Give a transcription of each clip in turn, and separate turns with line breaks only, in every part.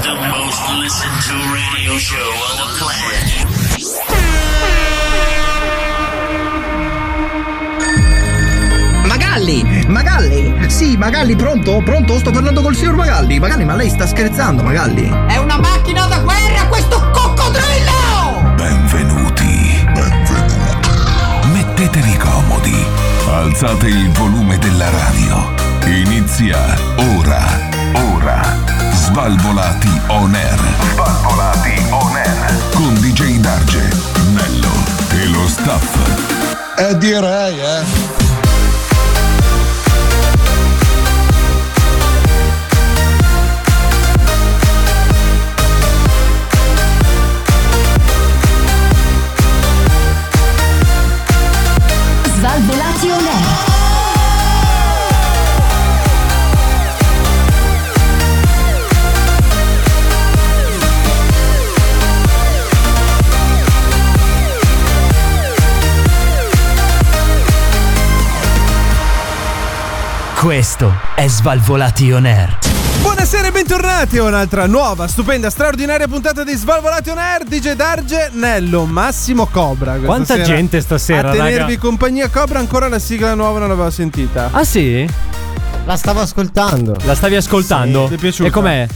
most listened to radio show on the planet.
Magalli! Magalli! Sì, Magalli, pronto? Pronto? Sto parlando col signor Magalli. Magalli, ma lei sta scherzando, Magalli?
È una macchina da guerra questo coccodrillo!
Benvenuti. Benvenuti. Mettetevi comodi. Alzate il volume della radio. Inizia ora. Ora. Svalvolati on air. Svalvolati on air. Con DJ Darge, Nello e lo staff.
Eh direi, eh.
Svalvolati on air.
Questo è Svalvolati On Air.
Buonasera e bentornati a un'altra nuova, stupenda, straordinaria puntata di Svalvolati on Air DJ Darge, Nello, Massimo Cobra questa
Quanta
sera.
gente stasera,
A tenervi
raga.
compagnia Cobra ancora la sigla nuova non l'avevo sentita
Ah sì?
La stavo ascoltando.
La stavi ascoltando?
Sì, ti è piaciuta?
E com'è?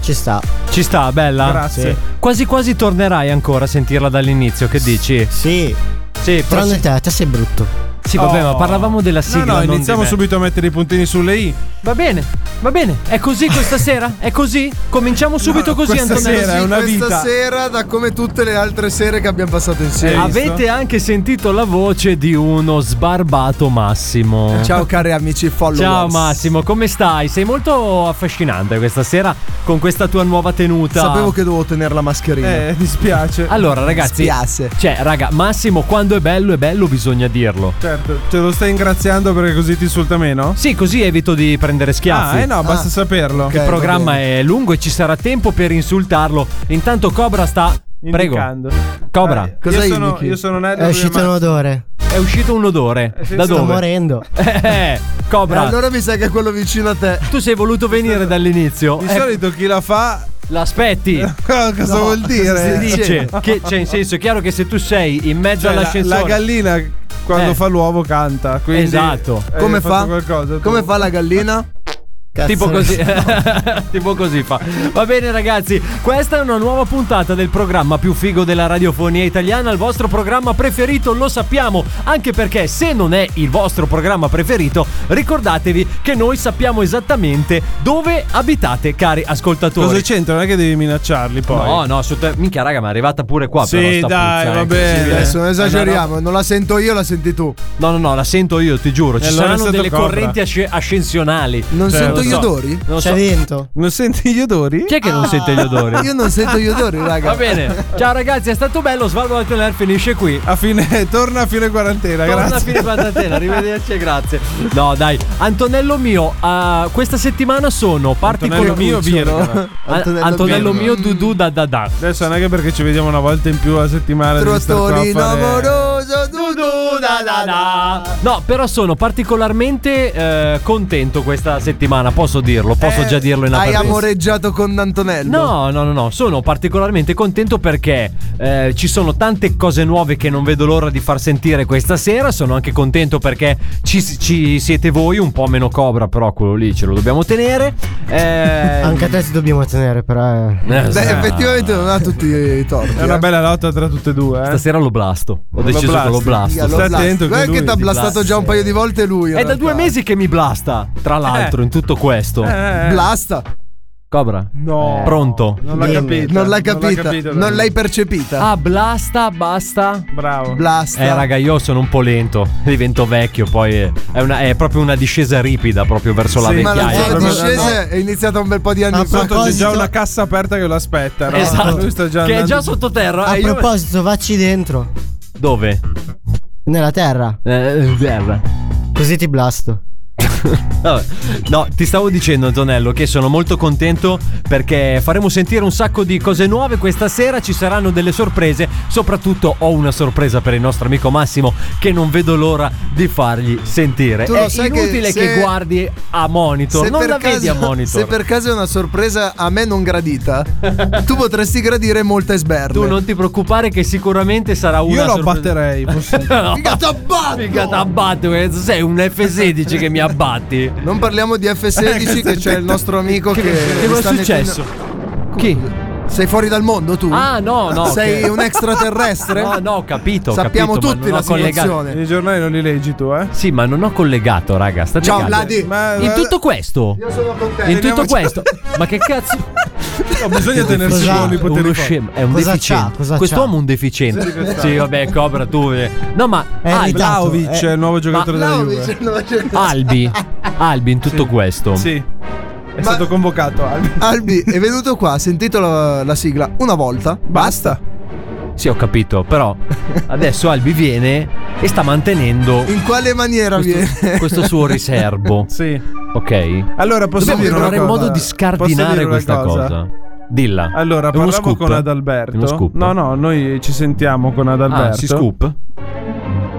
Ci sta.
Ci sta, bella?
Grazie.
Sì. Quasi quasi tornerai ancora a sentirla dall'inizio, che dici?
Sì.
Sì, Eh, però
Tranne
sì,
te, te sei brutto.
sì, vabbè, ma parlavamo della sigla
No no,
non di
iniziamo
me.
subito a mettere i puntini sulle I
Va bene, va bene È così questa sera? È così? Cominciamo subito così,
Questa
Antonello
sera è una
Questa
vita
sera, da come tutte le altre sere che abbiamo passato insieme.
Hai visto?
Avete anche sentito la voce di uno sbarbato Massimo
Ciao cari amici followers.
Ciao Massimo, come stai? Sei molto affascinante questa sera con questa tua nuova tenuta
Sapevo che dovevo tenere la mascherina.
Eh, dispiace
Allora ragazzi
Spiace.
Cioè, raga, Massimo, quando è bello, è bello, bisogna dirlo.
Certo, te lo stai ringraziando perché così ti insulta meno?
Sì, così evito di prendere schiaffi.
Ah, eh no, basta saperlo
Il programma è lungo e ci sarà tempo per insultarlo. Intanto Cobra sta. Prego.
Indicando.
Cobra,
Dai,
Cosa
io, sono,
indichi?
io sono Nello
È
Eh,
uscito un
ma-
odore.
è uscito un odore. Da
Sto
dove?
morendo.
Eh,
E
Cobra,
allora mi sa che è quello vicino a te.
tu sei voluto venire dall'inizio.
Di
Eh,
solito chi la fa
L'aspetti.
Cosa vuol dire?
Eh. Si dice che, cioè, in senso, è chiaro che se tu sei in mezzo
Cioè, la,
all'ascensore.
la gallina quando
Eh.
fa l'uovo canta. Quindi
Esatto.
hai
Come
fatto
fa?
Qualcosa, tu?
Come fa la gallina?
Cazzo.
Tipo così, Eh, tipo così fa. Va bene ragazzi, questa è una nuova puntata del programma più figo della radiofonia italiana, il vostro programma preferito, lo sappiamo, anche perché se non è il vostro programma preferito, ricordatevi che noi sappiamo esattamente dove abitate, cari
Cosa
ascoltatori.
c'entra? Non è che devi minacciarli poi.
No, no, assolutamente- minchia raga, ma è arrivata pure qua
Sì,
però sta
dai,
puzza, eh.
va bene.
Sì,
Adesso non
eh,
esageriamo, non la sento io, la senti tu.
No, no, no, la sento io, ti giuro, ci
E allora è
saranno
stato
delle
Cobra.
correnti asce- ascensionali.
Non
Cioè,
sento
lo
gli
so.
odori?
Non lo
C'è
so.
dentro.
Non senti gli odori?
Chi è che non sente gli odori?
Io non sento gli odori, raga.
Va bene, ciao ragazzi, è stato bello. Svalvolati on Air finisce qui.
A fine, torna a fine quarantena,
Torna a
grazie.
fine quarantena, arrivederci e grazie. No, dai, Antonello mio, ah, questa settimana sono
Antonello
particolari.
mio, Virgo.
Ah, Antonello,
Antonello
mio, Dudu da da da.
Adesso non è che perché ci vediamo una volta in più a settimana. devi star qua a
Trottolino
fare-
amoroso, tu
No, però sono particolarmente eh, contento questa settimana, posso dirlo, posso
Eh,
già dirlo in
Hai
apertura.
amoreggiato con Antonello?
No, no, no, no, sono particolarmente contento perché eh, ci sono tante cose nuove che non vedo l'ora di far sentire questa sera. Sono anche contento perché ci, ci siete voi, un po' meno cobra, però quello lì ce lo dobbiamo tenere. Eh,
Anche a te ti dobbiamo tenere, però. eh.
eh,
Beh,
sa-
effettivamente non ha tutti i torti.
È una
eh.
bella lotta tra tutte e due. Eh.
Stasera lo blasto. Ho deciso che
blasti.
lo blasto.
Figa, lo
Stai
blasta.
attento che
Guarda
lui
che ti ha
ti
blastato
blasta.
già un paio di volte lui. in
È da
realtà.
due mesi che mi blasta, tra l'altro, in tutto questo.
Eh,
Blasta.
Cobra,
no.
pronto?
Non l'ha capita.
Non l'hai capita. Non,
capito,
l'hai percepita.
Ah, blasta, basta.
Bravo.
Blasta.
Eh raga io sono un po' lento, divento vecchio, poi eh, è, una- è proprio una discesa ripida proprio verso la
Sì,
Ma la
vecchiaia.
tua
Proprio-
discesa è iniziata un bel po' di anni
Ma
fa.
proprio-
Sotto c'è già
proposito-
una cassa aperta che lo aspetta. no?
Esatto,
Lui sta già
che è
andando-
già sottoterra.
A
eh, io-
proposito, vacci dentro.
Dove?
Nella terra.
Eh, terra.
Così ti blasto.
Vabbè. No, ti stavo dicendo Antonello che sono molto contento perché faremo sentire un sacco di cose nuove questa sera, ci saranno delle sorprese, soprattutto ho una sorpresa per il nostro amico Massimo che non vedo l'ora di fargli sentire.
Tu
È
lo sai che
inutile che,
se-
guardi a monitor, non la vedi a monitor.
se per caso è una sorpresa a me non gradita, tu potresti gradire molte sberle.
Tu non ti preoccupare che sicuramente sarà una
Io lo
sorpresa.
batterei. posso-
No.
Mica t'abbatto!
Mica t'abbatto, eh, sei un F16 che mi abbatti.
Non parliamo di F16 che c'è il nostro amico che.
Eh, Che
sta
cosa è
mettendo-
successo? Chi?
Sei fuori dal mondo tu?
Ah, no, no.
Sei
che-
un extraterrestre?
No, no, ho capito. ho
Sappiamo
capito, ma
tutti
non ho
la
collegato.
situazione.
I giornali non li leggi tu, eh?
Sì, ma non ho collegato, raga. State
Ciao,
calmi.
Vladi.
Ma-
In tutto questo.
Io sono contento.
In tutto questo. Ma che cazzo?
No, bisogna tenersi
cosa-
buoni i
Uno
poteri. forti.
scemo, è un
Cosa
deficiente.
c'ha? Cosa
Quest'uomo
c'ha?
è un deficiente. Sì, vabbè, Cobra, tu. eh. No, ma
È
Albi-
irritato.
Vlaovic
Eh,
è il nuovo giocatore della Juve. Ah,
Albi. Albi, in tutto questo.
Sì. È stato convocato Albi.
Albi è venuto qua, ha sentito la, la sigla una volta, basta.
Sì, ho capito. Però adesso Albi viene e sta mantenendo
In quale maniera viene?
questo, questo suo riservo.
Sì.
Ok.
Allora possiamo
Dobbiamo trovare il modo di scardinare questa cosa. Dilla.
Allora,
È
parlavo
uno scoop?
con
È uno
Adalberto.
scoop?
No, no, noi ci sentiamo con Adalberto.
Ah, si scoop?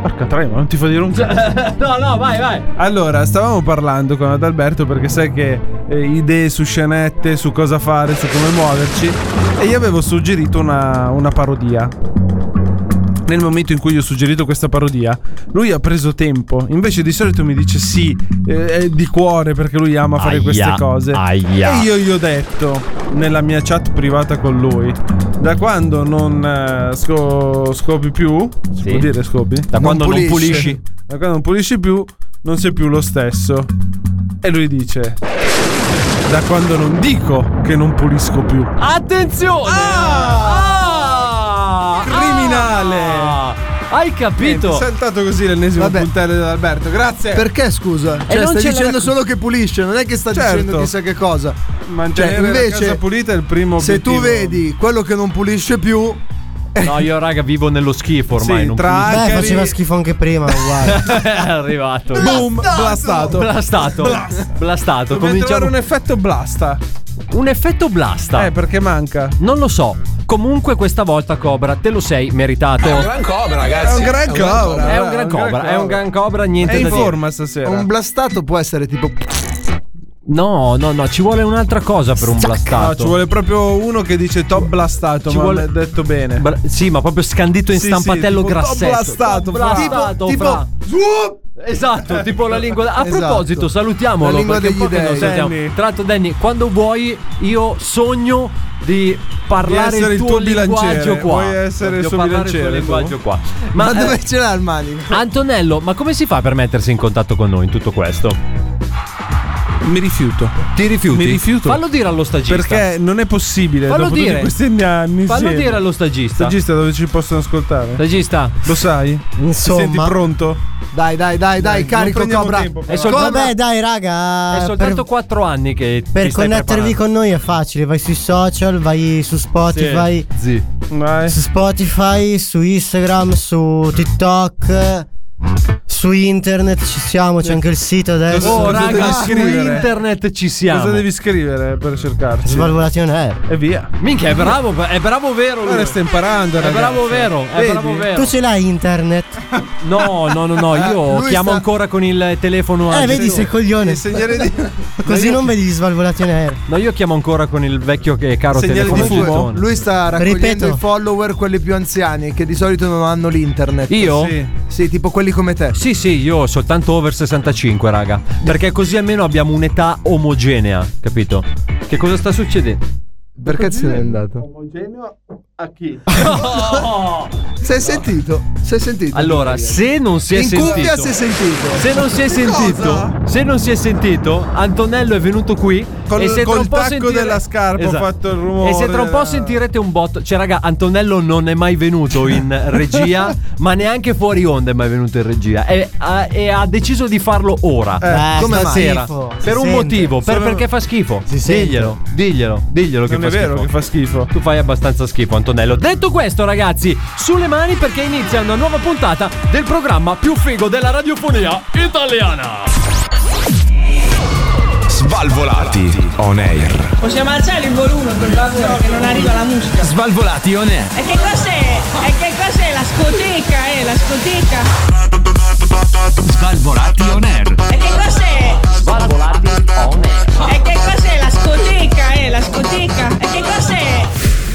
Porca tre, ma non ti fa dire un cazzo.
no, no, vai, vai.
Allora, stavamo parlando con Adalberto perché sai che eh, idee su scenette, su cosa fare, su come muoverci. E io avevo suggerito una, una parodia. Nel momento in cui gli ho suggerito questa parodia, lui ha preso tempo. Invece di solito mi dice sì, eh, è di cuore perché lui ama fare
Aia,
queste cose.
aia.
E io gli ho detto nella mia chat privata con lui, da quando non eh, sco- scopi più, si
Sì.
può dire scopi?
Da quando non
pulisce.
pulisci.
Ma quando non pulisci più, non sei più lo stesso. E lui dice: Da quando non dico che non pulisco più.
Attenzione! Ah!
Criminale!
Ah! Hai
Ho
capito?
saltato così l'ennesimo
Vabbè.
puntello dell'Alberto. Grazie.
Perché scusa? Cioè,
non
stai
ce la
dicendo
racco-
solo che pulisce, non è che sta
Certo.
dicendo chissà che cosa.
Mantenere
Cioè, invece,
la casa pulita è il primo
Se tu
obiettivo.
vedi quello che non pulisce più,
No, io raga vivo nello schifo
Sì,
ormai. non
tra
Beh,
Alcari-
faceva schifo anche prima, uguale.
pulisco. È arrivato.
Boom, blastato.
Blastato. Blastato.
Dobbiamo trovare
Cominciamo.
un effetto blasta.
Un effetto blasta.
Eh, perché manca.
Non lo so. Comunque questa volta Cobra te lo sei meritato.
È Eh, un gran cobra.
È un gran cobra, è un gran cobra, niente
È in
da dire.
forma stasera.
un blastato può essere tipo
No, no, no, ci vuole un'altra cosa per un blastato.
No, ci vuole proprio uno che dice top blastato.
Ci
ma
vuole-
l'ha detto bene.
Bra- sì, ma proprio scandito in
Sì,
stampatello
sì, tipo,
grassetto.
"T'ho blastato,
T'ho
fra".
blastato,
tipo,
fra.
tipo
Esatto, tipo la lingua. A
Esatto.
proposito, salutiamolo.
La lingua
perché è un po'
degli
che non
dei.
sentiamo.
Danny.
Tra l'altro, Danny, quando vuoi, io sogno di parlare
Di essere
il tuo,
il tuo
linguaggio
bilanciere.
qua.
Vuoi essere il
Voglio
suo
parlare il tuo
bilanciere, tu?
linguaggio qua.
ma,
Ma, eh,
dove ce l'ha il manico?
Antonello, ma come si fa per mettersi in contatto con noi in tutto questo?
Mi rifiuto.
Ti rifiuti?
Mi rifiuto.
Fallo dire allo stagista.
Perché non è possibile
Fallo
dopo
dire.
tutti questi anni.
Fallo
insieme.
dire allo stagista.
Stagista dove ci possono ascoltare?
Stagista.
Lo sai? Ti senti
Insomma,
pronto?
Dai, dai, dai, dai,
non
carico
prendiamo
Cobra.
tempo, però.
È soltanto-
vabbè, dai, raga.
È soltanto
per-
4 anni che
Per
ti stai
connettervi
preparando.
con noi è facile, vai sui social, vai su Spotify,
Sì.
Vai.
su Spotify, su Instagram, su TikTok, eh, su internet ci siamo, c'è anche il sito adesso.
Cosa
Oh,
devi
raga, su
scrivere?
internet ci siamo.
Cosa devi scrivere per cercarci?
Svalvolazione aerea.
E via.
Minchia, è bravo, è bravo vero lui.
Ora sta imparando.
È bravo vero, è bravo vero.
Tu ce l'hai internet?
No, no, no, no, io
lui
chiamo
sta-
ancora con il telefono
Eh,
anziano.
vedi sei coglione.
Segnale di,
Così non vedi gli svalvolazione aerea.
No, io chiamo ancora con il vecchio che caro
Segnale
telefono
di fumo?
gettone.
Lui sta raccogliendo
Ripeto.
i follower, quelli più anziani, che di solito non hanno l'internet.
Io?
Sì.
Sì, tipo quelli come te.
Sì, sì, io ho soltanto over 65, raga. Perché così almeno abbiamo un'età omogenea, capito? Che cosa sta succedendo?
Perché se n'è andato?
Omogeneo a chi?
Sei sentito? Sei sentito?
Allora, se non si è
in
sentito
cumbia si è sentito.
Se non si è sentito,
Cosa?
se non si è sentito, Antonello è venuto qui
Col-
e se tra
col
un po'
tacco
sentire- Esatto.
della scarpa ho fatto il rumore
E se tra un po'
della-
sentirete un botto, cioè raga, Antonello non è mai venuto in regia, ma neanche fuori onda è mai venuto in regia e ha, e ha deciso di farlo ora.
Eh,
come
sta
stasera,
schifo, si
per un
sente.
motivo, per-
Sono-
perché fa schifo.
Si sente.
diglielo, diglielo, diglielo che
Non
fa
è vero
schifo.
che fa schifo.
Tu fai abbastanza schifo, Antonello. Detto questo, ragazzi, sulle mani perché inizia una nuova puntata del programma più figo della radiofonia italiana.
Svalvolati on air.
Possiamo alzare il volume per favore che non arriva la musica.
Svalvolati on air.
E che cos'è? E che cos'è la scoteca? Eh, la scoteca.
Svalvolati on air.
E che cos'è?
Svalvolati on air.
E che cos'è la scoteca? Eh, la scoteca. E che cos'è?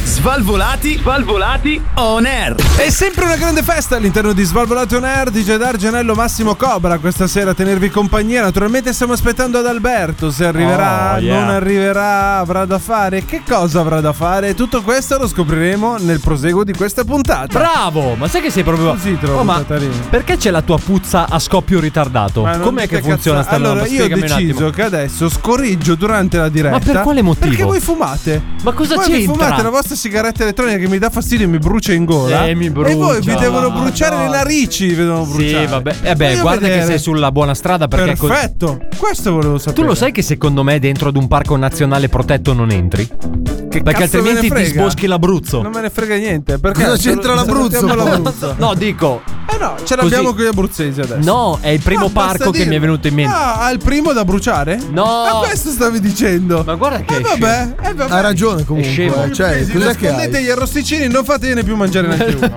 Svalvolati, svalvolati on air.
È sempre una grande festa all'interno di Svalvolato On Air di Gedar Gianello Massimo Cobra questa sera a tenervi compagnia. Naturalmente stiamo aspettando ad Alberto se arriverà,
Oh, yeah.
non arriverà, avrà da fare. Che cosa avrà da fare? Tutto questo lo scopriremo nel proseguo di questa puntata.
Bravo, ma sai che sei proprio.
Così trovo
Oh, ma
Catarina.
perché c'è la tua puzza a scoppio ritardato?
Ma non
Com'è
dite
che funziona sta
cazzate. Allora,
roba?
io ho
Spiegami un attimo.
deciso che adesso scorriggio durante la diretta.
Ma per quale motivo?
Perché voi fumate.
Ma cosa
voi
c'entra?
Voi fumate la vostra sigaretta elettronica che mi dà fastidio e mi brucia in gola.
Eh, mi brucia.
E voi vi devono bruciare
No.
le narici. Vi devono bruciare.
Sì, vabbè. Eh beh,
Voglio
guarda
vedere.
che sei sulla buona strada perché cos-
Perfetto. Questo volevo sapere.
Tu lo sai che secondo me dentro ad un parco nazionale protetto non entri? perché
cazzo me ne
altrimenti ti
frega?
sboschi l'Abruzzo.
Non me ne frega niente. Perché
Cosa c'entra
se- se
l'Abruzzo?
mettiamo l'Abruzzo?
No, dico.
Eh no, ce l'abbiamo
Così.
con gli abruzzesi adesso.
No, è il primo
Ah, basta
parco che
dirlo.
mi è venuto in mente.
Ah, ha il primo da bruciare?
No.
Ma questo stavi dicendo.
Ma guarda che.
Eh vabbè, eh vabbè.
Ha ragione
È
comunque.
scemo.
eh, Cioè,
Presi,
cos'è che
nascondete
hai?
gli arrosticini, non fatene più mangiare neanche uno.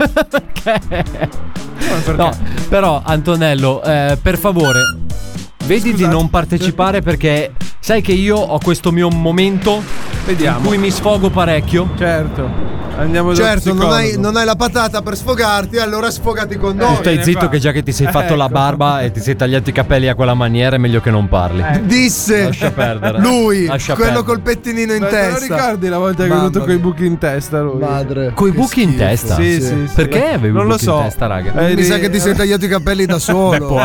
perché?
No, però Antonello, eh, per favore, vedi di non partecipare perché sai che io ho questo mio momento in
Vediamo.
cui mi sfogo parecchio.
Certo. Andiamo dallo
Certo, non hai,
psicologo.
non hai la patata per sfogarti, allora sfogati con
Tu
noi.
stai
viene
zitto
qua.
che già che ti sei
Eh,
fatto la
ecco.
barba e ti sei tagliati i capelli a quella maniera è meglio che non parli.
Eh.
Disse
Lascia perdere.
lui,
Lascia
quello
perdere.
col pettinino in
Ma te lo
testa.
ricordi la volta che è
Mamma
venuto con i
mia.
buchi in testa lui?
Madre.
Eh, Coi
che
buchi in
schifo.
testa?
Sì, sì, sì.
Perché avevi
Non
un
lo
buco
so.
in testa, raga?
Eh,
Mi sa che ti sei tagliato i capelli da solo.
Beh, può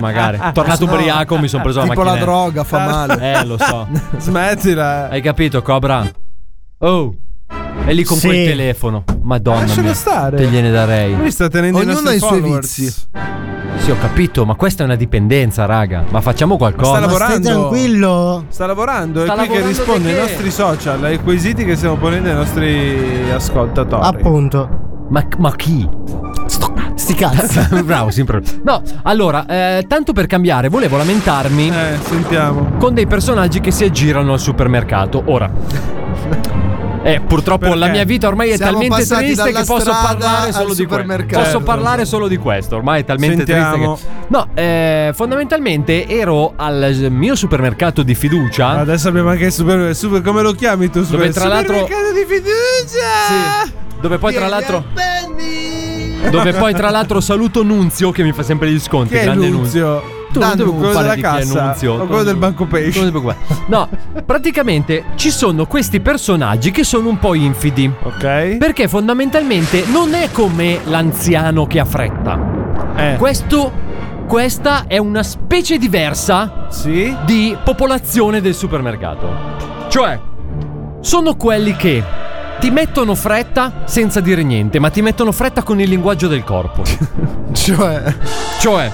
magari. Tornato ubriaco mi sono preso la
tipo
macchina.
la droga, fa male.
Eh, lo so.
Smettila.
Hai capito, Cobra? Oh. È lì con
Sì.
quel telefono. Madonna
Lascialo
mia.
stare.
Te gliene darei.
Lui sta tenendo i
Ognuno
nostri
ha i suoi
followers.
vizi.
Sì, ho capito, ma questa è una dipendenza, raga. Ma facciamo
sta
qualcosa.
Ma stai
lavorando.
tranquillo.
Sta lavorando
Sta
è qui che
lavorando
risponde ai
perché?
nostri social, ai quesiti che stiamo ponendo ai nostri ascoltatori.
Appunto.
Ma, ma chi?
Sti cazzi.
Bravo, sempre. No, allora, eh, tanto per cambiare, volevo lamentarmi
Eh, sentiamo.
con dei personaggi che si aggirano al supermercato. Ora. Eh, purtroppo
Perché?
la mia vita ormai è
Siamo
talmente
passati
triste
dalla
che posso
strada
parlare
al
solo di questo.
supermercato.
Posso parlare solo di questo, ormai è talmente
Sentiamo.
triste che No, eh, fondamentalmente ero al mio supermercato di fiducia.
Ah,
Adesso abbiamo anche il super, super come lo chiami tu? Super,
Dove tra l'altro-
supermercato di fiducia.
Sì. Dove poi tra l'altro
Penny!
dove poi tra l'altro saluto Nunzio che mi fa sempre gli sconti,
Che è
grande
Nunzio?
Tu non devi
quello
occupare
della
di chi è
cassa
Nunzio.
o quello del banco pesce.
Non ti preoccupare. No, praticamente ci sono questi personaggi che sono un po' infidi.
Ok.
Perché fondamentalmente non è come l'anziano che ha fretta.
Eh.
Questo questa è una specie diversa
Sì.
di popolazione del supermercato. Cioè, sono quelli che ti mettono fretta senza dire niente, ma ti mettono fretta con il linguaggio del corpo.
Cioè,
cioè,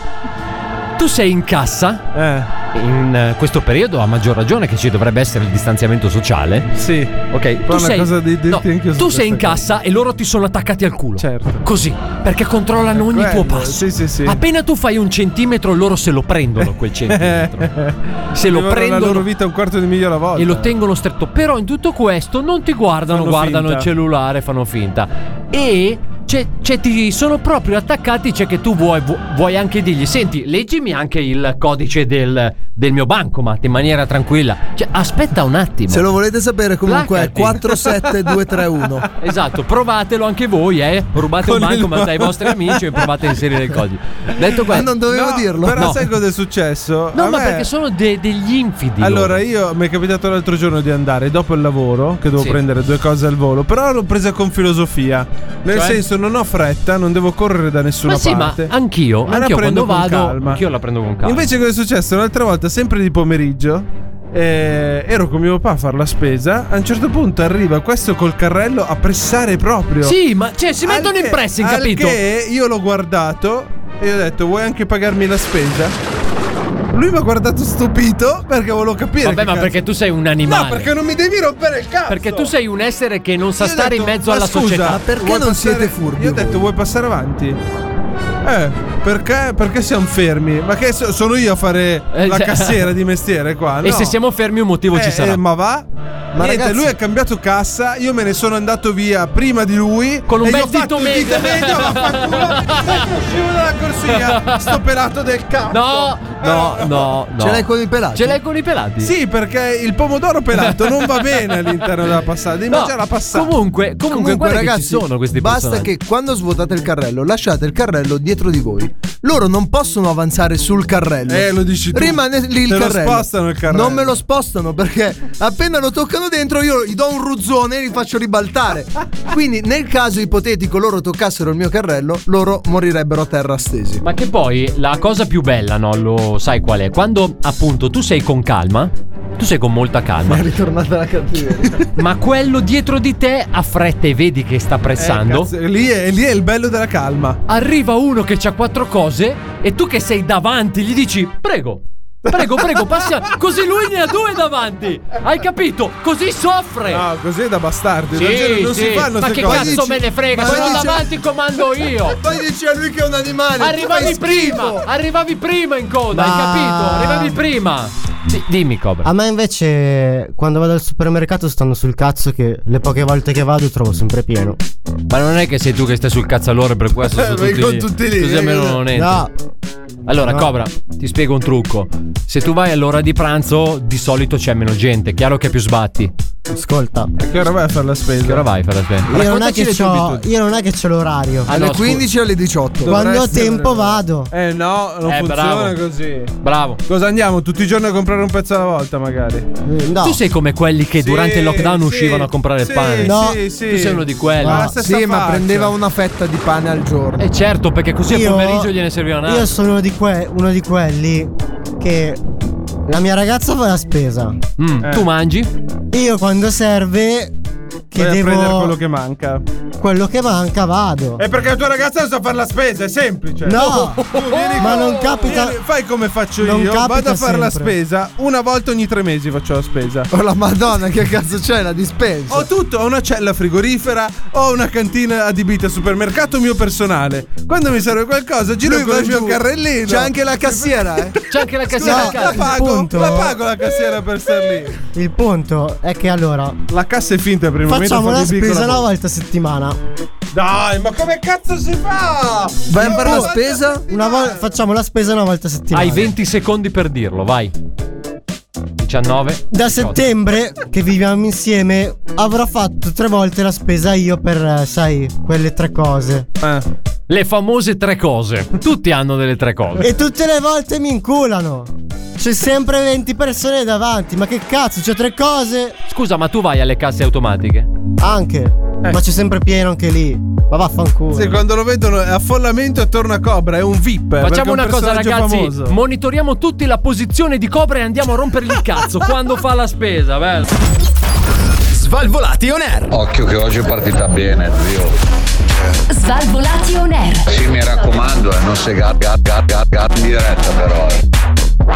tu sei in cassa,
Eh.
in eh, questo periodo a maggior ragione che ci dovrebbe essere il distanziamento sociale.
Sì.
Ok,
Però
tu
una
sei,
cosa di dirti
no,
anch'io su
tu sei
questa
in
cosa.
cassa e loro ti sono attaccati al culo.
Certo. Eh,
Così, perché controllano ogni
quello,
tuo passo.
sì, sì, sì.
Appena tu fai un centimetro, loro se lo prendono quel centimetro. se lo
Vivono la loro
prendono
vita un quarto di miglio alla volta.
e lo tengono stretto. Però in tutto questo non ti guardano,
Fanno
guardano
finta.
il cellulare, fanno finta. E c'è- c'è- ti sono proprio attaccati, c'è che tu vuoi, vu- vuoi anche dirgli, senti, leggimi anche il codice del, del mio bancomat in maniera tranquilla. Cioè, aspetta un attimo.
se lo volete sapere comunque è
Placati.
47231.
Esatto, provatelo anche voi, eh. Rubate un
Con il
bancomat ai vostri amici e provate a inserire il codice. Detto
Ma
questo,
non dovevo
No,
dirlo.
Però
No.
sai cosa è successo?
no,
A
ma
me-
perché sono de- degli infidi.
Allora,
loro.
io mi è capitato l'altro giorno di andare dopo il lavoro, che devo
Sì.
prendere due cose al volo, però l'ho presa con filosofia. Nel
Cioè?
senso, non ho fretta, non devo correre da nessuna
ma sì,
parte.
ma anch'io,
Ma la
anch'io
prendo
quando
con
vado,
calma.
anch'io la prendo con calma.
Invece, cosa è successo? Un'altra volta, sempre di pomeriggio. eh, ero con mio papà a fare la spesa. A un certo punto arriva questo col carrello a pressare proprio.
Sì, ma cioè, si
Al
mettono
che-
in pressing,
al
capito?
che io l'ho guardato e ho detto: Vuoi anche pagarmi la spesa? Lui mi ha guardato stupito perché volevo capire.
Vabbè,
che
ma
cazzo-
perché tu sei un animale.
No, perché non mi devi rompere il cazzo.
Perché tu sei un essere che non sa
Io ho
stare
detto,
in mezzo
"Ma
alla
scusa,
società.
perché
vuoi
non siete
passare-
furbi
Io ho
voi?"
detto, vuoi passare avanti? Eh, perché, perché siamo fermi? Ma che so- sono io a fare
Eh,
la
cioè-
cassiera di mestiere qua?
E
no.
se siamo fermi un motivo
Eh,
ci sarà.
eh, ma va?
Ma
Niente,
ragazzi-
lui ha cambiato cassa, io me ne sono andato via prima di lui.
Con un
e
bel
gli ho fatto
dito
un
medio.
dito medio, vaffanculo, sei uscivo dalla corsia, sto pelato del cazzo.
No, no, no, no.
Ce l'hai con i pelati?
Ce l'hai con i pelati?
Eh, Sì, perché il pomodoro pelato non va bene all'interno della passata, devi
No,
mangiare la passata.
Comunque, comunque, guarda che
ragazzi,
ci sono questi
basta
personaggi.
che quando svuotate il carrello, lasciate il carrello dietro di voi. Loro non possono avanzare sul carrello.
Eh, lo dici tu.
Rimane lì il
Te lo
carrello.
spostano il carrello.
Non me lo spostano perché appena lo toccano dentro io gli do un ruzzone e li faccio ribaltare. Quindi nel caso ipotetico loro toccassero il mio carrello, loro morirebbero a terra stesi.
Ma che poi la cosa più bella, no? Lo sai qual è? Quando appunto tu sei con calma, tu sei con molta calma,
È ritornata la cattiveria.
ma quello dietro di te ha fretta e vedi che sta pressando.
Eh, Cazzo, lì, è, lì è il bello della calma.
Arriva uno che ha quattro cose e tu che sei davanti gli dici prego. Prego, prego, passia. Così lui ne ha due davanti. Hai capito? Così soffre.
No, così è da bastardi.
Sì,
Ah, non c'è- non si
sì.
fanno
Ma
ste
che
cose.
cazzo me ne frega?
Ma
Sono
dice-
davanti, comando io.
Poi dici a lui che è un animale.
Arrivavi prima, arrivavi prima in coda, hai
Ma-
capito? Arrivavi prima. Di- dimmi, Cobra.
Ah.
A me invece, quando vado al supermercato, stanno sul cazzo che le poche volte che vado trovo sempre pieno.
Ma non è che sei tu che stai sul cazzalore per questo sono
Vai
tutti,
con tutti lì,
Così
eh,
almeno
cosa-
non
No.
entri. Allora,
No.
Cobra, ti spiego un trucco. Se tu vai all'ora di pranzo, di solito c'è meno gente. Chiaro che più sbatti.
Ascolta.
Che ora vai a fare la spesa?
Che ora vai a fare la spesa?
Io non, è
Raccontaci
che
le tue
c'ho,
abitudini.
io non è che c'ho l'orario.
Ah, no,
Alle
scusa.
15 alle 18.
quando ho
dovresti
tempo vado.
Eh no, non
Eh,
funziona
bravo.
così.
Bravo.
Cosa andiamo? Tutti i giorni a comprare un pezzo alla volta, magari.
No.
Tu sei come quelli che
Sì,
durante il lockdown
sì,
uscivano a comprare
sì,
il pane.
No.
Sì, sì.
Tu sei uno di quelli.
Ma la
No.
stessa
Sì, ma
faccia.
prendeva una fetta di pane al giorno.
Eh certo, perché così a
Io-
pomeriggio gliene serviva un altro.
Io sono uno di, que- uno di quelli che la mia ragazza fa la spesa.
Mm,
Eh.
Tu mangi?
Io quando serve che
Vai a
devo
prendere quello che Eh, manca.
quello che manca vado.
È perché la tua ragazza non sa fare la spesa, è semplice.
No, ma non capita.
Vieni, fai come faccio
Non
io,
capita
vado a fare la
sempre.
spesa una volta ogni tre mesi faccio la spesa.
Oh la madonna, che cazzo c'è la dispensa?
Ho tutto, ho una cella frigorifera, ho una cantina adibita al supermercato mio personale. Quando mi serve qualcosa giro
Lui
con
va
il mio
giù.
carrellino.
C'è anche la cassiera, eh?
C'è anche la
No,
cassiera a
la
casa.
pago,
punto-
la pago la cassiera per star lì.
Il punto è che allora
La cassa è finta per il
facciamo la
momento. fa di
spesa
piccola
una
bo-
volta a settimana.
Dai, ma come cazzo si fa?
Vai a
Una
fare la
volta a
spesa?
Una vol-
settimana.
facciamo la spesa una volta a settimana.
Hai 20 secondi per dirlo, vai. 19.
da
18.
settembre che viviamo insieme avrò fatto tre volte la spesa io per, eh, sai, quelle tre cose.
Eh.
Le famose tre cose. Tutti hanno delle tre cose.
Eh.
E tutte le volte mi inculano. C'è sempre 20 persone davanti, ma che cazzo, c'ho tre cose.
Scusa, ma tu vai alle casse automatiche?
Anche.
Eh.
Ma c'è sempre pieno anche lì. Ma vaffanculo.
Sì, quando lo vedono è affollamento attorno a Cobra, è un VIP. eh, perché è
Facciamo
un
una cosa,
personaggio
ragazzi.
famoso.
Monitoriamo tutti la posizione di Cobra e andiamo a rompergli il cazzo quando fa la spesa, bello.
Svalvolati on air.
Occhio che oggi è partita bene, zio.
Svalvolati on air.
Sì, mi raccomando, eh, non sei gar, gar, gar, gar, gar- in diretta però. eh.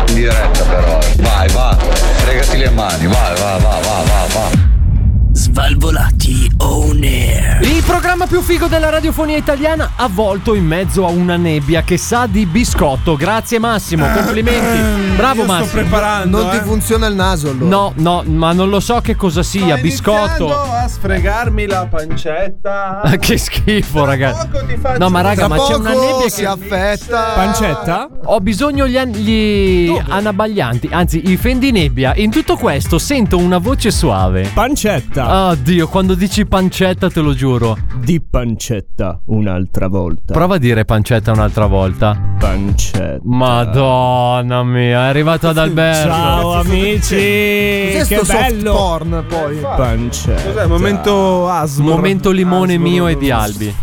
In diretta però. eh. Vai, va. Fregati le mani, vai, va, va, va, va, va.
Svalvolati on air.
Il programma più figo della radiofonia italiana avvolto in mezzo a una nebbia che sa di biscotto. Grazie Massimo, complimenti. Bravo
Eh, Io sto
Massimo.
preparando.
Non ti
eh.
funziona il naso allora.
No, no, ma non lo so che cosa sia,
Sto
biscotto.
iniziando a sfregarmi la pancetta.
Ah, che schifo, ragazzi.
poco ti faccio-
No, ma raga,
Tra
ma c'è
poco
una nebbia
si
che
affetta.
Pancetta?
Ho bisogno gli, an- gli anabaglianti, anzi i fendinebbia. In tutto questo sento una voce suave.
Pancetta!
Oddio, quando dici pancetta te lo giuro.
Di pancetta un'altra volta.
Prova a dire pancetta un'altra volta.
Pancetta.
Madonna mia, è arrivato ad Alberto.
Ciao amici! Che
Cos'è sto soft
bello!
porn poi?
Pancetta.
Cos'è? Momento asmo.
Ah,
Momento limone mio e di Albi.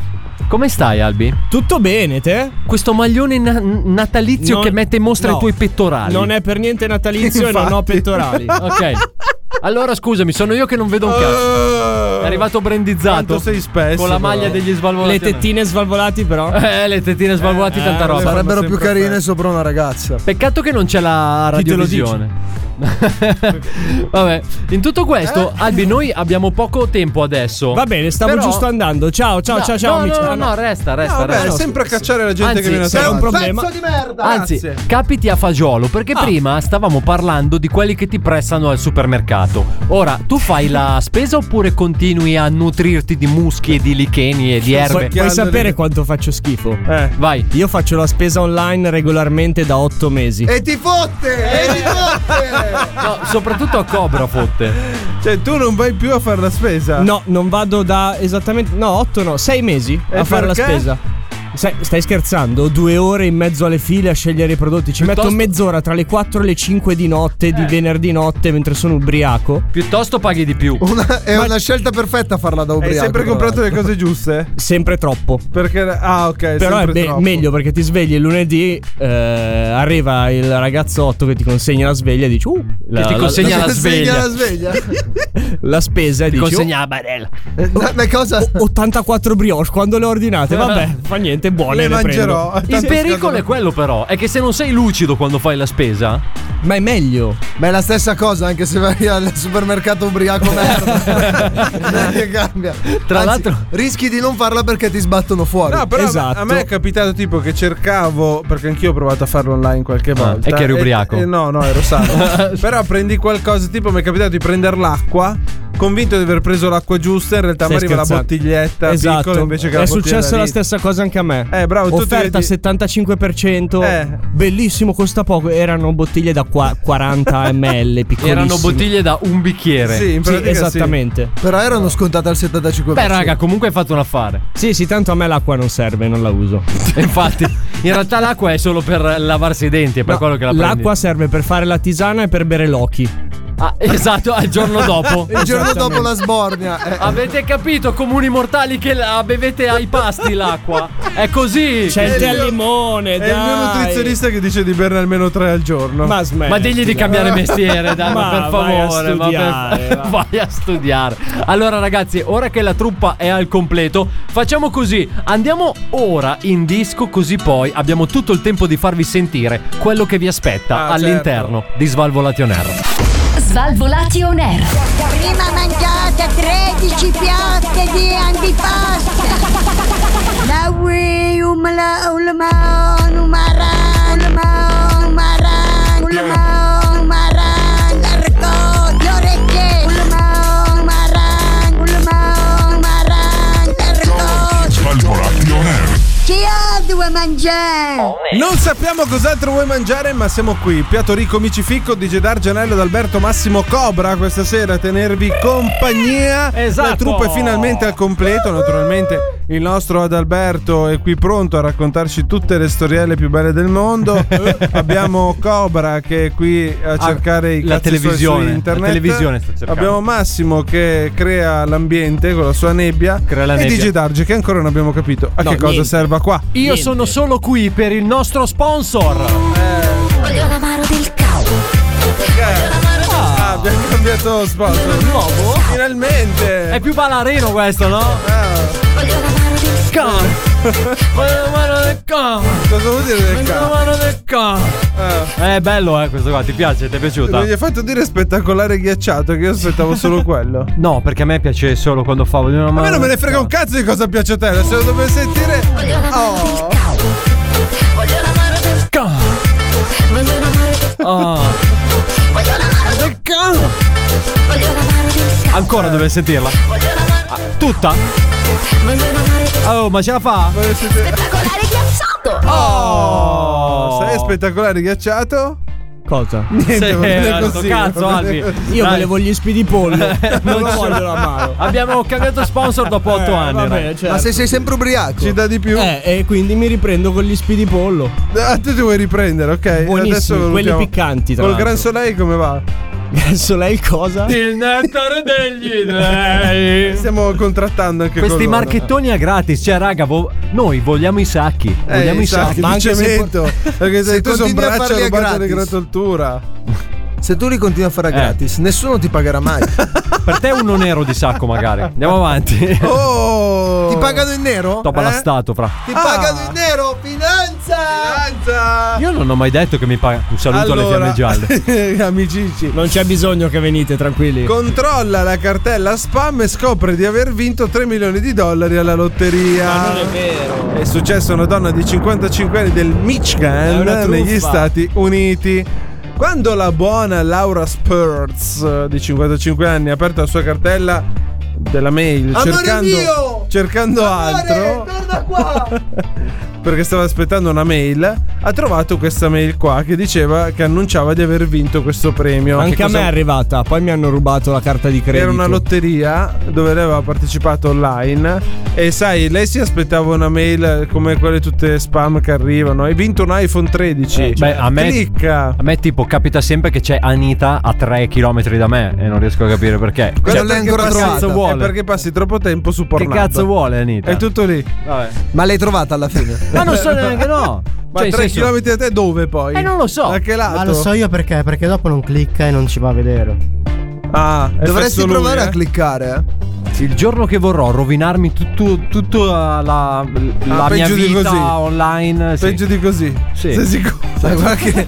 Come stai Albi?
Tutto bene te?
Questo maglione na- natalizio
Non-
che mette in mostra
no.
i tuoi pettorali.
Non è per niente natalizio e non ho
Infatti.
pettorali.
Ok. Allora scusami, sono io che non vedo un cazzo. È arrivato brandizzato.
Quanto sei spesso,
Con la maglia
però.
degli svalvolati.
Le tettine
svalvolati, però. Eh, le tettine svalvolati,
Eh,
tanta roba.
Sarebbero più carine sopra una ragazza.
Peccato che non c'è la
Chi te lo
radiovisione. Vabbè, in tutto questo, Albi, noi abbiamo poco tempo adesso.
Va bene, stavo
Però-
giusto andando. Ciao, ciao,
No,
ciao, ciao,
no,
amici.
No, no,
Ah, no.
no, resta, resta.
No, vabbè,
resta.
è sempre a cacciare la gente
Anzi,
che viene a
se è un
trovarci.
problema.
Pezzo di merda!
Anzi, capiti a fagiolo perché prima stavamo parlando di quelli che ti prestano al supermercato. Ora, tu fai la spesa oppure continui a nutrirti di muschi e di licheni e di erbe?
Puoi, puoi sapere quanto faccio schifo?
Vai.
Io faccio la spesa online regolarmente da 8 mesi.
E ti fotte!
Eh.
E ti fotte!
No, soprattutto a Cobra fotte.
Cioè, tu non vai più a fare la spesa? No, non vado da esattamente. No, 8 no, 6 mesi
E
a fare la
perché?
spesa. Sai- stai scherzando? Due ore in mezzo alle file a scegliere i prodotti. Ci metto mezz'ora tra le 4 e le 5 di notte, di venerdì notte, mentre sono ubriaco.
Piuttosto paghi di più.
È una scelta perfetta farla da
Hai
ubriaco.
sempre
tra
comprato
l'altro.
le cose giuste? Sempre troppo.
Perché. Ah, ok.
Però è
sempre
be-
troppo.
meglio perché ti svegli il lunedì, eh, arriva il ragazzotto che ti consegna la sveglia e dici: Uh, la,
ti consegna la sveglia.
La sveglia?
la spesa e
Ti
dici:
consegna
"Oh,
la barella.
La, cosa?
84 brioche quando le ho ordinate. Vabbè, fa niente, buone. Le, prendo.
Il pericolo è quello, però, è che se non sei lucido quando fai la spesa.
Ma è meglio.
Ma è la stessa cosa, anche se vai al supermercato ubriaco merda. Non è che cambia.
Tra
Anzi,
l'altro-
rischi di non farla perché ti sbattono fuori.
No, però a me-
Esatto.
a me è capitato tipo che cercavo, perché anch'io ho provato a farlo online qualche volta.
Ah, e che eri ubriaco.
e- eh, no, no, ero sano. però prendi qualcosa, tipo mi è capitato di prendere l'acqua, convinto di aver preso l'acqua giusta, in realtà mi
Stai
arriva la
scherzando.
bottiglietta
esatto.
piccola invece che la
È
bottiglia
successa
da
la
litro.
stessa cosa anche a me.
Eh, bravo, tu ti
Offerta
vedi-
75%.
Eh.
Bellissimo, costa poco. Erano bottiglie da qua- 40 ml piccolissime.
Erano bottiglie da un bicchiere.
Sì, in pratica sì.
Però erano scontate al 75%.
Beh, raga, comunque hai fatto un affare.
Sì, sì, tanto a me l'acqua non serve, non la uso.
Infatti, in realtà l'acqua è solo per lavarsi i denti, è per quello che la prendi.
L'acqua serve per fare la tisana e per bere l'occhi.
Oh,
Ah, esatto, al giorno dopo.
Esatto.
Il giorno dopo la sbornia. eh.
Avete capito, comuni mortali, che la bevete ai pasti l'acqua? È così.
C'è il tè al limone,
eh, È il mio nutrizionista che dice di berne almeno tre al giorno.
Ma smetti.
Ma digli di cambiare mestiere, dai, ma, per
vai a
favore, ma per-
studiare, va.
vai a studiare. Allora, ragazzi, ora che la truppa è al completo, facciamo così: andiamo ora in disco, così poi abbiamo tutto il tempo di farvi sentire quello che vi aspetta
Ah,
all'interno di Svalvolation Air.
Svalvolati on air.
Prima mangiate 13 piatte di antipasto. La Wii, un la un maon, un maran, un maon, un maran, un maon, un maran, la ricordo, le orecchie, un maon, un maran, un maon, un maran, la ricordo. Chi ha due mangiare?
Non sappiamo cos'altro vuoi mangiare, ma siamo qui. Piatto ricco, mici ficco, di Gedar Gianello ed Alberto Massimo Cobra questa sera a tenervi compagnia.
Esatto.
La truppa è finalmente al completo. Naturalmente il nostro Adalberto è qui pronto a raccontarci tutte le storielle più belle del mondo. Abbiamo Cobra che è qui
Ah,
a cercare i
la
cazzi suoi
televisione,
su internet.
la televisione sta cercando.
Abbiamo Massimo che crea l'ambiente con la sua nebbia.
la
e
nebbia.
DJ Darge che ancora non abbiamo capito a
No,
che cosa
niente.
serva qua.
Io sono solo qui per il nostro sponsor.
Voglio l'amaro del cavolo.
Ah, abbiamo cambiato Eh. sponsor.
Nuovo?
Finalmente!
È più ballarino questo, no? Con. Voglio l'amaro del con.
Cosa vuol dire del
Voglio
cazzo?
l'amaro del con. Eh, è bello, eh, questo qua. Ti piace? Ti è piaciuta?
Gli hai fatto dire spettacolare ghiacciato che io aspettavo solo quello.
No, perché a me piace solo quando fa. Voglio
A
l'amaro
me non me ne
del
frega un cazzo di cosa piace a te, se lo dovevi sentire. Oh.
con. Oh. Ancora dove sentirla? Ah, Tutta? Oh, ma ce la fa?
Spettacolare ghiacciato.
Oh, Sai spettacolare ghiacciato?
Cosa?
Niente,
Sì,
non me ne
eh, sto
consiglio,
cazzo,
non
Albi.
me ne consiglio.
Io
Dai.
volevo gli spidipollo. non
Non
voglio la mano.
Abbiamo cambiato sponsor dopo
Eh,
8 anni.
va bene,
dai.
certo.
Ma se sei sempre ubriaco.
Ci dà di più.
Eh, e quindi mi riprendo con gli spidipollo.
Ah, tu ti vuoi riprendere, ok?
Buonissimi,
Adesso lo
quelli
mettiamo.
piccanti, tra
Col Gran
l'altro.
Soleil come va?
Adesso lei cosa?
Il nettare degli dei.
Stiamo contrattando anche
Questi
con loro.
marchettoni a gratis, cioè raga, vo- noi vogliamo i sacchi,
Eh,
vogliamo i
sa,
sacchi.
di
anche se
cemento. Perché se
se
tu sono
continui a
braccia
farli a
rubate di
gratis.
gratoltura.
Se tu li continui a fare a
Eh.
gratis, nessuno ti pagherà mai.
Per te uno nero di sacco, magari. Andiamo avanti.
Oh! Ti pagano in nero?
T'ho
Eh?
balastato, fra.
Ti
Ah,
pagano in nero? Finanza!
Ah!
Finanza!
Io non ho mai detto che mi paga. Un saluto alle fiamme gialle.
gialle. Amicici,
non c'è bisogno che venite, tranquilli.
Controlla la cartella spam e scopre di aver vinto 3 milioni di dollari alla lotteria.
vero.
È successo a una Cioè, donna di 55 anni del
È una
Michigan
truffa.
negli Stati Uniti. Quando la buona Laura Spurz, eh, di 55 anni, ha aperto la sua cartella della mail
Amore
cercando,
mio!
cercando altro,
Guarda qua!
perché stava aspettando una mail, ha trovato questa mail qua che diceva che annunciava di aver vinto questo premio. Che
Anche a me
cosa-
è arrivata, poi mi hanno rubato la carta di credito.
era una lotteria dove lei aveva partecipato online e sai, lei si aspettava una mail come quelle tutte spam che arrivano. Hai vinto un iPhone 13.
Eh,
Eh,
Beh, a me,
Clic.
a me, tipo, capita sempre che c'è Anita a 3 km da me e non riesco a capire perché.
Quello
Cioè,
perché
che
passi-
cazzo
È
vuole?
perché passi troppo tempo su
Che
Pornhub.
cazzo vuole Anita?
È tutto lì.
Ma l'hai trovata alla fine?
Ma non so neanche no.
Ma
Cioè, in
3
senso-
km da te dove poi?
Eh, non lo so.
Da che lato?
Ma lo so io perché, perché dopo non clicca e non ci va a vedere.
Ah, è
Dovresti
fesso lui,
provare
eh?
a cliccare. eh.
Il giorno che vorrò rovinarmi tutto, tutto la, la
Ah,
mia
peggio di
vita
così.
online. sì.
Peggio di così.
Sì.
Sei sicuro?
Sai, guarda che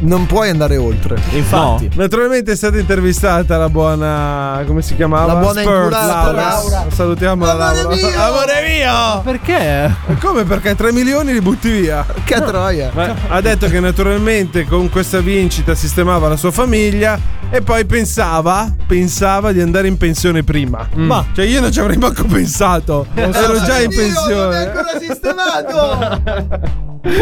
non puoi andare oltre.
Infatti.
Naturalmente è stata intervistata la buona. come si chiamava?
La buona
Spurs,
inculata,
Laura.
Laura.
Salutiamo la Laura.
Amore mio!
mio!
Perché?
Come perché 3 milioni li butti via?
Che troia.
Ma ha detto che naturalmente con questa vincita sistemava la sua famiglia e poi pensava, pensava di andare in pensione prima.
Mm.
Ma cioè io non ci avrei manco pensato. Ero già in pensione.
ancora sistemato!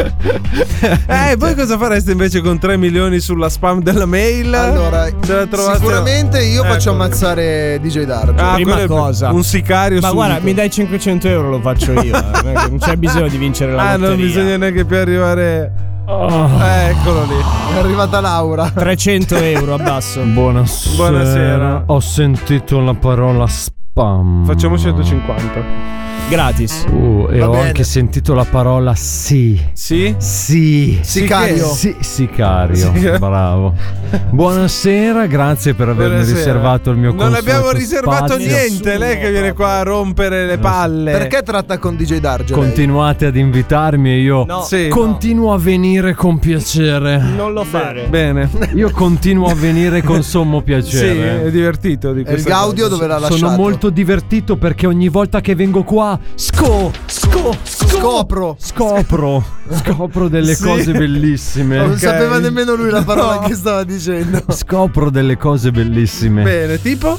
Eh, voi cosa fareste invece con 3 milioni sulla spam della mail?
Allora,
se la trovaste
sicuramente io faccio
Ecco.
ammazzare DJ Darge.
Ah,
Prima
quello è-
cosa.
Un sicario
Ma
subito.
guarda, mi dai 500 euro, lo faccio io. eh. non c'è bisogno di vincere la
Ah,
lotteria.
non bisogna neanche più arrivare.
Oh,
Eh, eccolo lì.
È arrivata Laura.
300 euro abbasso.
Buonasera.
Buonasera.
Ho sentito la parola spam.
Facciamo 150.
Gratis.
Uh, e
Va
ho
bene.
anche sentito la parola sì.
Sì?
Sì.
Sicario.
Sì, sicario.
Sì.
Bravo. Buonasera, grazie per avermi
Buonasera.
riservato il mio consueto
Non abbiamo riservato
spazio.
niente. Lei che viene qua a rompere le palle.
Perché tratta con DJ Darge? lei?
Continuate ad invitarmi e io
No.
Sì.
continuo a venire con piacere.
Non lo fare.
Bene.
Io continuo a venire con sommo
Sì,
piacere.
è divertito di
E il
questo.
Gaudio dove l'ha lasciato?
Sono molto divertito perché ogni volta che vengo qua sco, sco, sco-
Scopro.
scopro, scopro delle
Sì.
cose bellissime.
Non
Ok.
sapeva nemmeno lui la parola
Eh, No.
che stava dicendo.
Scopro delle cose bellissime.
Bene, tipo?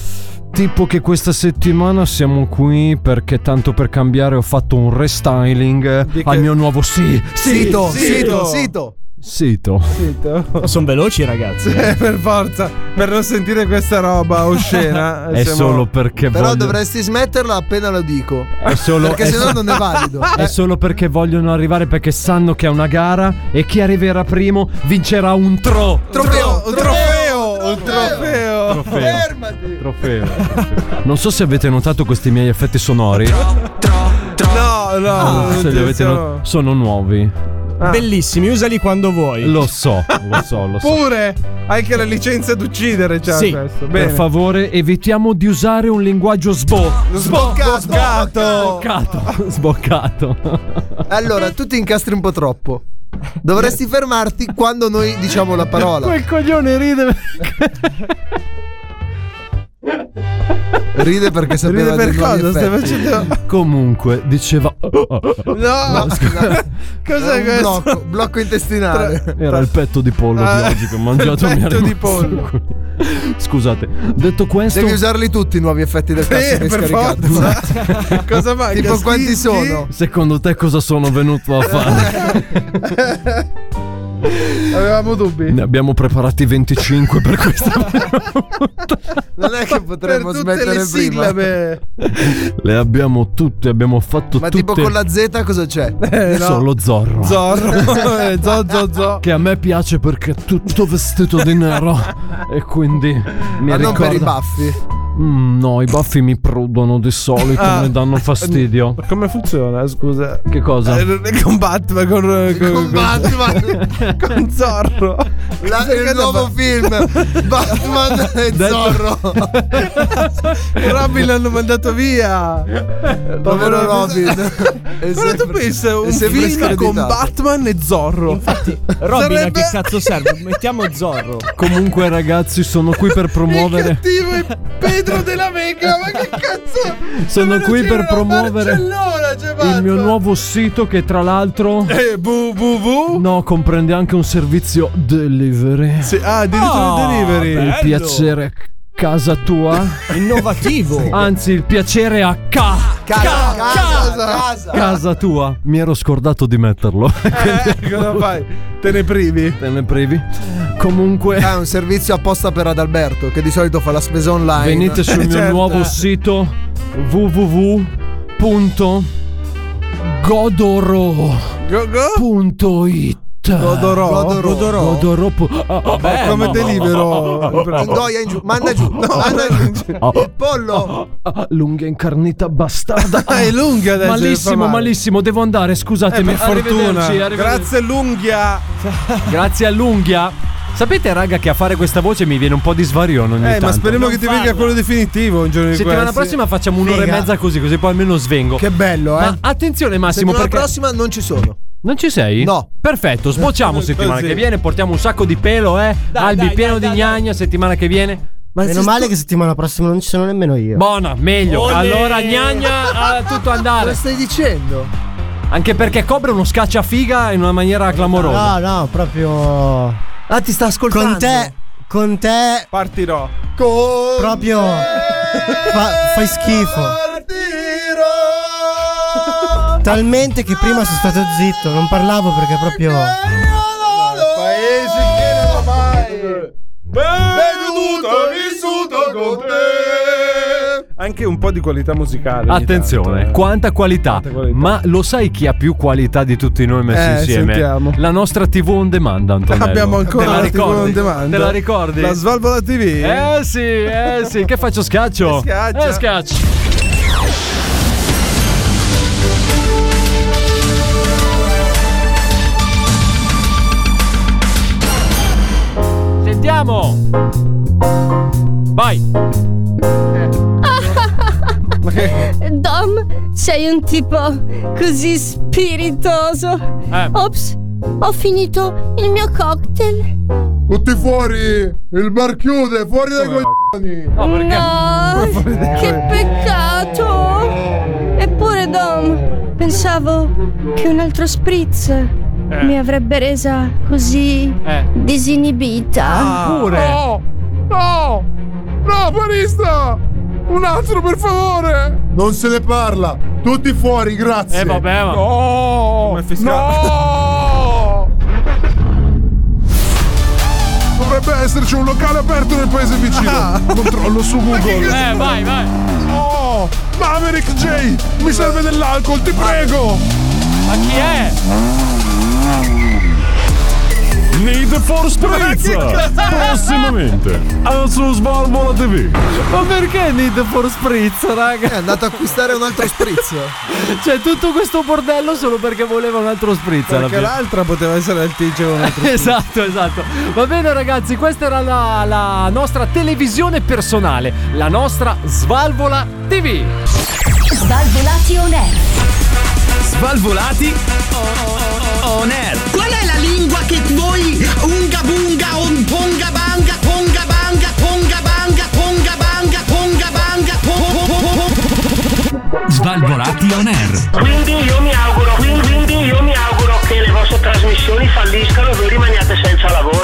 Tipo che questa settimana siamo qui perché tanto per cambiare ho fatto un restyling
Di che-
al mio nuovo sì, sì,
sito.
Sito, sito, sito.
sito.
Sito.
Sono veloci, ragazzi.
Eh, per forza, per non sentire questa roba oscena.
È
Eh, siamo-
solo perché
Però
voglio-
dovresti smetterla appena lo dico.
è solo-
Perché
è
se no
so-
non è valido. Eh.
È solo perché vogliono arrivare perché sanno che è una gara e chi arriverà primo vincerà un tro.
Trofeo,
Un trofeo, un trofeo.
Fermati.
Trofeo. Non so se avete notato questi miei effetti sonori.
No, no.
Ah,
Non so se li avete
siamo-
not- sono nuovi.
Bellissimi, usali quando vuoi.
Lo so, lo so, lo so.
Pure hai che la licenza d'uccidere. C'ha
Sì,
questo. Bene.
Per favore, evitiamo di usare un linguaggio sbo-
Sboccato.
sboccato. Sboccato.
Allora, tu ti incastri un po' troppo. Dovresti fermarti quando noi diciamo la parola.
Quel coglione ride.
Ride perché sapeva
Ride per
dei nuovi
cosa stai
effetti.
facendo?
Comunque, diceva.
No,
Era
cos'è
un
questo?
Blocco, blocco intestinale.
Era il petto di pollo
Ah,
di oggi che ho mangiato.
il
mi è
petto di
rimasto
pollo.
qui. Scusate, detto questo,
Devi usarli tutti i nuovi effetti del cazzo
Eh,
che hai
per
scaricato.
forza. Cosa manca?
Tipo quanti
Schizzi?
sono?
secondo te cosa sono venuto a fare?
Avevamo dubbi.
ne abbiamo preparati 25 per questa.
Non è che
Per
potremmo
tutte
smettere
le
prima.
sillabe.
Le abbiamo tutte, abbiamo fatto
Ma
tutte.
tipo con la Z cosa c'è?
Eh, no.
Solo Zorro.
Zorro. Eh, zo, zo, zo.
che a me piace perché è tutto vestito di nero e quindi mi
Ma non
ricorda
per i baffi.
Mm, no, i baffi mi prudono di solito,
Ah.
mi danno fastidio.
Come funziona? Scusa.
Che cosa?
Eh, non è con Batman, con, con, con
Batman
con Zorro.
La- il nuovo film Batman e Zorro
Robin l'hanno mandato via.
povero Robin
Però tu pensa un
sempre
film con
screditato.
Batman e Zorro.
Infatti, Robin, a che cazzo serve? Mettiamo Zorro.
Comunque, ragazzi, sono qui per promuovere.
Pedro della Vega, ma che cazzo?
Sono
Dove
qui per
girano a
promuovere
Barcellona, c'è
il
Batman.
mio nuovo sito che tra l'altro
cioè, eh, www
No, comprende anche un servizio delivery.
Sì, ah, addirittura
Ah,
delivery.
Il
Bello.
piacere a casa tua.
Innovativo.
Anzi, il piacere a ca-
Casa, casa, casa.
casa tua. Mi ero scordato di metterlo.
Eh, cosa fai? Te ne privi?
Te ne privi. Comunque.
Ah, È un servizio apposta per Adalberto, che di solito fa la spesa online.
Venite sul mio
Certo.
nuovo sito www.godoro.it
Godoro?
Godoro. Godoro. Ah,
Vabbè,
come
no.
te libero.
Indoia in giù, manda giù, manda giù.
Ah,
Pollo. Eh,
Lunga incarnita ah, bastarda.
Ah, è lunga adesso. fa
Malissimo,
male.
malissimo, devo andare,
Eh,
scusatemi.
per fortuna.
Arrivederci, arrivederci.
Grazie all'unghia.
Grazie all'unghia. Sapete, raga, che a fare questa voce mi viene un po' di svarione ogni
Eh,
tanto.
ma speriamo che ti venga quello definitivo un giorno di
Settimana
questi.
prossima facciamo un'ora
Figa.
e mezza così, così poi almeno svengo.
Che bello, eh.
Ma attenzione, Massimo,
Settimana
perché.
prossima non ci sono.
Non ci sei?
No.
Perfetto, sbocciamo settimana
Così.
che viene, portiamo un sacco di pelo, eh. Albi
dai,
pieno di gnagna settimana che viene.
Meno male che settimana prossima non ci sono nemmeno io.
Buona, meglio.
Olè.
Allora gnagna a tutto andare.
Cosa stai dicendo?
Anche perché Cobra è uno scacciafiga in una maniera clamorosa.
No, no, proprio.
Ah, ti sta ascoltando.
Con te, con te.
Partirò.
proprio. fa- fai schifo. Talmente che prima sono stato zitto, non parlavo perché proprio.
Paesi che non ho mai veduto, vissuto con te.
Anche un po' di qualità musicale. ogni
Attenzione,
tanto, eh.
quanta qualità.
qualità.
Ma lo sai chi ha più qualità di tutti noi messi
Eh,
insieme?
sentiamo.
La nostra TV on demand, Antonello.
Abbiamo ancora
Te la
la TV
ricordi?
on demand.
Te la ricordi?
La Svalvola TV.
Eh sì, eh sì, che faccio scaccio?
Che schiaccia.
Eh scaccio. Sentiamo. Vai.
Dom, sei un tipo così spiritoso.
Eh.
Ops, ho finito il mio cocktail.
Tutti fuori! Il bar chiude, fuori dai coglioni!
No, che peccato. Eppure, Dom, pensavo che un altro spritz mi avrebbe resa così
Eh.
disinibita.
No! No! No, barista! Un altro per favore! Non se ne parla! Tutti fuori, grazie!
Eh, vabbè, ma-
No!
Come fiscale.
No! Dovrebbe esserci un locale aperto nel paese vicino. Controllo su Google.
Eh, vai, vai.
Oh, Maverick J, mi serve dell'alcol, ti prego.
Ma chi è?
Need for Spritz prossimamente su Svalvola TV
Ma perché Need for Spritz, raga?
È
Eh,
andato a acquistare un altro spritz.
Cioè, tutto questo bordello solo perché voleva un altro spritz. alla
Perché
fine.
l'altra poteva essere il tice con un altro
Esatto, esatto. Va bene, ragazzi, questa era la, la nostra televisione personale, la nostra Svalvola TV.
Svalvolati on air.
Svalvolati on air.
Qual è la lingua che voi unga bunga on ponga banga ponga banga ponga banga ponga banga ponga banga po- po- po- po- po-
Svalvolati on air.
Quindi io mi auguro, quindi, quindi io mi auguro che le vostre trasmissioni falliscano e voi rimaniate senza lavoro.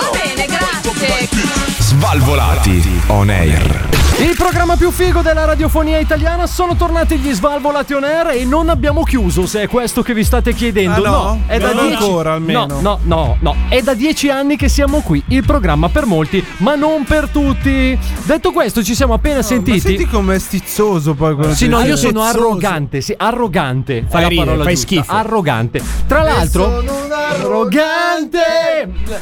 Svalvolati on air.
Il programma più figo della radiofonia italiana sono tornati gli Svalvolati on air e non abbiamo chiuso, se è questo che vi state chiedendo.
Ah, no?
è da
Non
10
ancora, almeno.
No, no, no, no. È da dieci anni che siamo qui, il programma per molti, ma non per tutti. Detto questo, ci siamo appena
Ma
sentiti.
senti com'è stizzoso poi quello
Sì, no, io sono arrogante, sì, arrogante. Fai, la
ridere,
parola
fai
giusta.
schifo.
Arrogante. Tra l'altro,
Sono un
arrogante.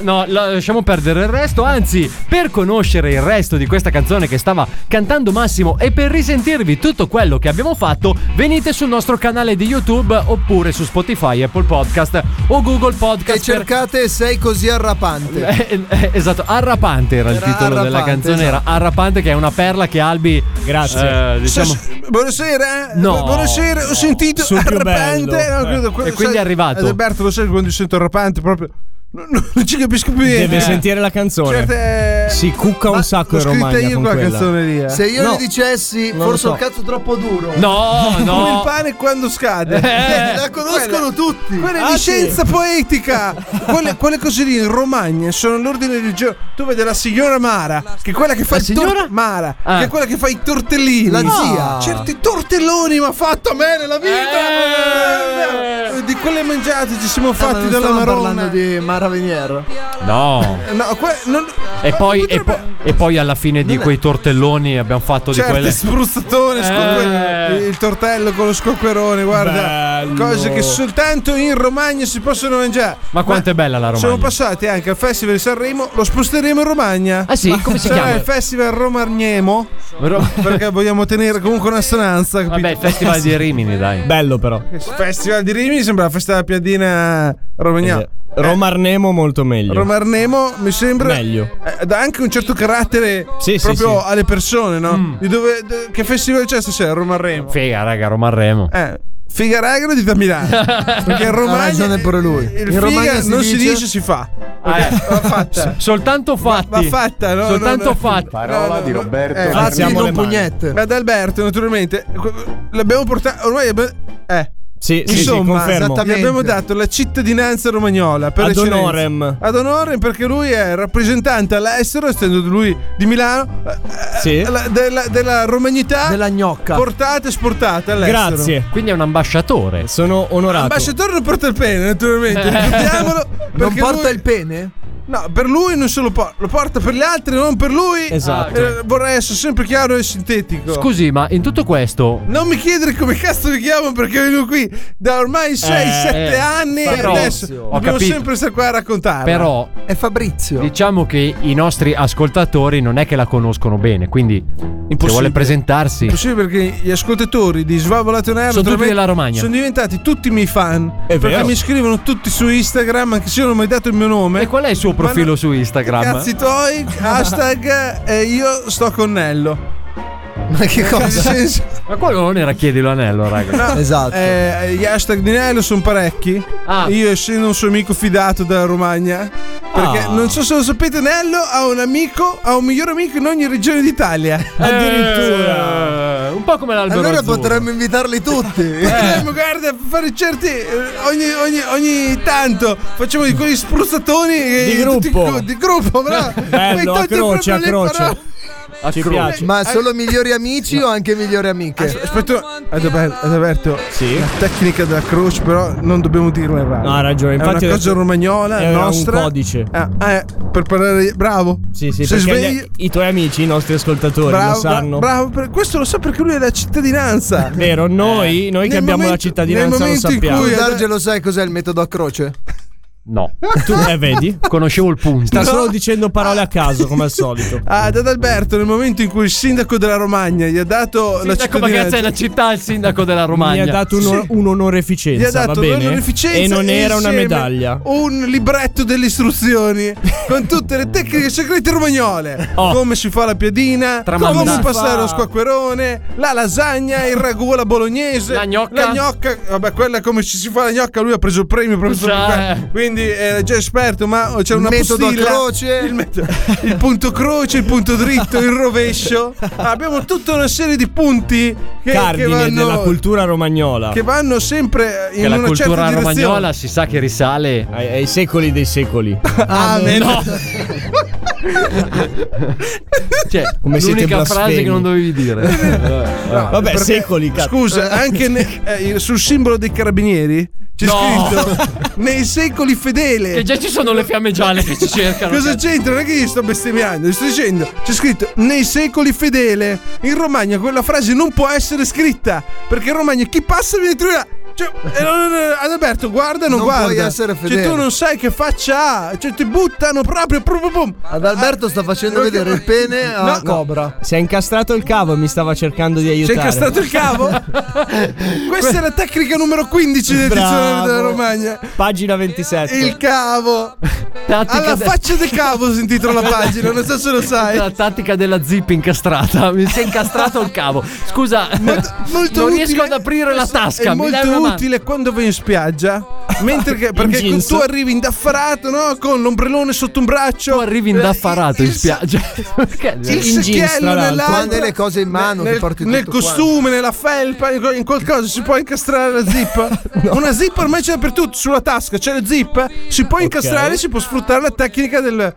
No, la- lasciamo perdere il resto. Anzi, per conoscere il resto di questa canzone che stava cantando Massimo e per risentirvi tutto quello che abbiamo fatto, venite sul nostro canale di YouTube oppure su Spotify, Apple Podcast o Google Podcast.
E cercate Sei così arrapante.
Eh, eh, esatto, Arrapante era il
Era
titolo della
Arrapante,
canzone, era
esatto.
Arrapante che è una perla che Albi eh, diciamo
S- buonasera. eh,
No.
Buonasera, ho sentito
Sul più
Rapante.
bello.
no, credo-
Eh.
quello-
E quindi è
sai,
arrivato.
Alberto, lo sai quando sento Rapante proprio no, no, non ci capisco più niente.
Deve
Eh.
sentire la canzone.
Certo, eh,
Si cucca
ma
un
l'ho
sacco in
scritta
Romagna
io
con
quella
quella
canzone lì, eh.
Se io
No.
le dicessi,
Non lo
forse
so.
ho il cazzo troppo duro.
No,
Come il pane quando scade.
Eh, la conoscono tutti.
Quella è
Ah,
di
sì.
scienza poetica. Quelle, quelle cose lì in Romagna sono all'ordine del giorno. Tu vedi la signora Mara, che è quella che fa il tor- Mara,
Ah.
che è quella che fa i tortellini.
La
No.
zia.
Certi tortelloni mi ha fatto a me nella
Eh.
vita. Di quelle mangiate ci siamo
Eh. ma
fatti
Ah, non
dalla
stavamo
Maronna.
parlando di Mara Veniero.
No.
No, que- non-
E poi, e po- e poi alla fine di quei tortelloni abbiamo fatto
Certo,
di quelle.
Eh.
spruzzatone, scoque-
Eh.
il tortello con lo scoperone, guarda,
Bello.
cose che soltanto in Romagna si possono mangiare.
Ma quanto è bella la Romagna?
Siamo passati anche al Festival di Sanremo, lo sposteremo in Romagna.
Ah sì?
Ma
Come si
sarà
chiama?
il Festival Romagnemo.
Ro-
perché vogliamo tenere comunque un'assonanza. Capito?
Vabbè, il Festival di Rimini, dai.
Bello però.
Festival di Rimini sembra la festa della piadina romagnana.
Eh, Romarnemo molto meglio.
Romarnemo mi sembra
Meglio.
eh, dà anche un certo carattere
Sì, sì,
proprio
sì.
alle persone, no?
Mm.
Di dove- de- che festival c'è stasera? Romarnemo.
Figa, raga, Romarremo.
Eh, figa raga lo dite a Milano. perché in Romagna
Ha ragione pure lui.
il
In
figa
Romagna si
non si
dice-
dice si fa.
Ah, eh. S- soltanto fatti.
Va fatta, no?
Soltanto
no, no.
fatta.
No, no, no. Eh,
Fatti
fatti
con
con
pugnette.
Ad Alberto, naturalmente, que- l'abbiamo portato. Ormai abbiamo- Eh.
Sì, sì, sì,
Insomma,
confermo.
gli abbiamo dato la cittadinanza romagnola per
Ad
eccellenza.
honorem.
Ad honorem perché lui è rappresentante all'estero, essendo lui di Milano, eh, eh, la- della, della romagnità della gnocca portata e esportata all'estero.
Quindi è un ambasciatore.
Sono onorato.
L'ambasciatore non porta il pene, naturalmente.
Eh.
Ricordiamolo,
Non
perché
porta
lui-
il pene?
No, per lui non se lo porta, lo porta per gli altri, non per lui.
Esatto.
Eh, vorrei essere sempre chiaro e sintetico.
Scusi, ma in tutto questo.
Non mi chiedere come cazzo mi chiamo perché vengo qui da ormai 6-7
eh,
anni
però-
e adesso
Ho
dobbiamo
capito.
sempre stare qua a raccontare.
Però-
è Fabrizio.
Diciamo che i nostri ascoltatori non è che la conoscono bene, quindi se vuole presentarsi.
Impossibile perché gli ascoltatori di Svavolato Nero
Sono tutti
naturalmente,
della Romagna.
sono diventati tutti miei fan. perché
vero.
mi scrivono tutti su Instagram, anche se io non ho mai dato il mio nome. E
qual è il suo profilo su Instagram?
Cazzi tuoi, hashtag eh, io sto con Nello. Ma che
cosa? Ma quello non era chiedilo anello, raga.
No, eh, gli hashtag di Nello sono parecchi.
Ah.
Io essendo un suo amico fidato dalla Romagna. Perché
Ah.
non so se lo sapete, Nello ha un amico, ha un miglior amico in ogni regione d'Italia.
Eh, un po' come l'albero
Allora
azzurro.
potremmo invitarli tutti.
Eh. Potremmo, guarda, fare certi. eh, Ogni, ogni- ogni tanto facciamo di quegli spruzzatoni. eh,
Di
tutti
gruppo.
co- Di gruppo, bravo. Metti tutti proprio le parole. Ci piace. Eh.
Ma solo migliori amici o anche migliori amiche?
Aspetta, Adalberto, Adalberto, la tecnica della croce, però non dobbiamo dirla in radio.
No, ha ragione,
È
infatti
una
ho
cosa
detto-
romagnola,
era un
nostra.
codice.
Ah, ah, eh, per parlare, bravo.
Sì, sì,
Se
perché
svegli-
gli- i tuoi amici, i nostri ascoltatori lo
Bravo, bra-
sanno.
bravo, per- questo lo sa perché lui è la cittadinanza.
Vero, noi, noi che
Nel
abbiamo la
momento- nel
cittadinanza lo
momento in
sappiamo.
cui-
Darge lo sai cos'è il metodo a croce?
No.
Tu, eh, vedi?
Conoscevo il punto.
Sta solo dicendo parole a caso, come al solito.
Ad Adalberto, nel momento in cui il sindaco della Romagna gli ha dato la
Sindaco, ma che cazzo
cittadinanza,
è la città il sindaco della
Mi
Romagna?
ha dato un,
Sì.
un onoreficenza,
gli ha dato
va bene?
l'onorificenza
e non era una
insieme Oh,
medaglia.
Un libretto delle istruzioni con tutte le tecniche segrete romagnole.
Oh.
Come si fa la piadina,
Tramandata.
come passare lo squacquerone, la lasagna, il ragù alla bolognese, la gnocca. vabbè, quella è come ci si fa la gnocca, lui ha preso il premio proprio per
Cioè.
quella. Quindi eh, è già esperto, ma c'è
Il
una
metodo a
postilla,
croce.
il, met- il punto croce, il punto dritto, il rovescio. Abbiamo tutta una serie di punti che, che
Cardine
vanno
della cultura romagnola.
che vanno sempre in
Che la
una
cultura
certa
romagnola
direzione.
si sa che risale Ah,
ai, ai secoli dei secoli.
Amen.
Cioè,
Come siete
l'unica frase
blasfemi.
che non dovevi dire.
No, perché- Scusa, anche ne- eh, sul simbolo dei carabinieri c'è
No.
scritto nei secoli fedele.
Che già ci sono le fiamme gialle che ci cercano.
Cosa c'entra? Non è che gli sto bestemmiando, gli sto dicendo. C'è scritto nei secoli fedele. In Romagna quella frase non può essere scritta. Perché in Romagna chi passa viene trovata. Cioè, eh, no, no, no, Adalberto, guarda, non,
Non
guarda.
puoi essere fedele.
Cioè, tu non sai che faccia ha. Cioè, ti buttano proprio. pum, pum, pum.
Adalberto sta facendo vedere il pene a Cobra.
Si è incastrato il cavo e mi stava cercando di aiutare.
incastrato il cavo? Questa è la tecnica numero 15 del
Bravo.
dizionario della Romagna.
Pagina 27.
Il cavo.
Tattica
Alla
del-
faccia del cavo si intitola la pagina, non so se lo sai.
La tattica della zip incastrata. Mi si è incastrato il cavo. Scusa,
molto
non
utile.
riesco ad aprire la tasca.
È
mi dai una
molto
mano?
utile quando vai in spiaggia. Mentre che- perché con-
jeans.
tu arrivi indaffarato, no? Con l'ombrellone sotto un braccio. Tu
arrivi indaffarato in spiaggia.
Il secchiello nell'altro.
Quando hai le cose in mano, ti
nel,
porti tutto
nel
quanto.
costume, nella felpa, in in qualcosa si può incastrare la zip. Una zip ormai c'è dappertutto, sulla tasca c'è la zip, si può incastrare, si può sfruttare la tecnica del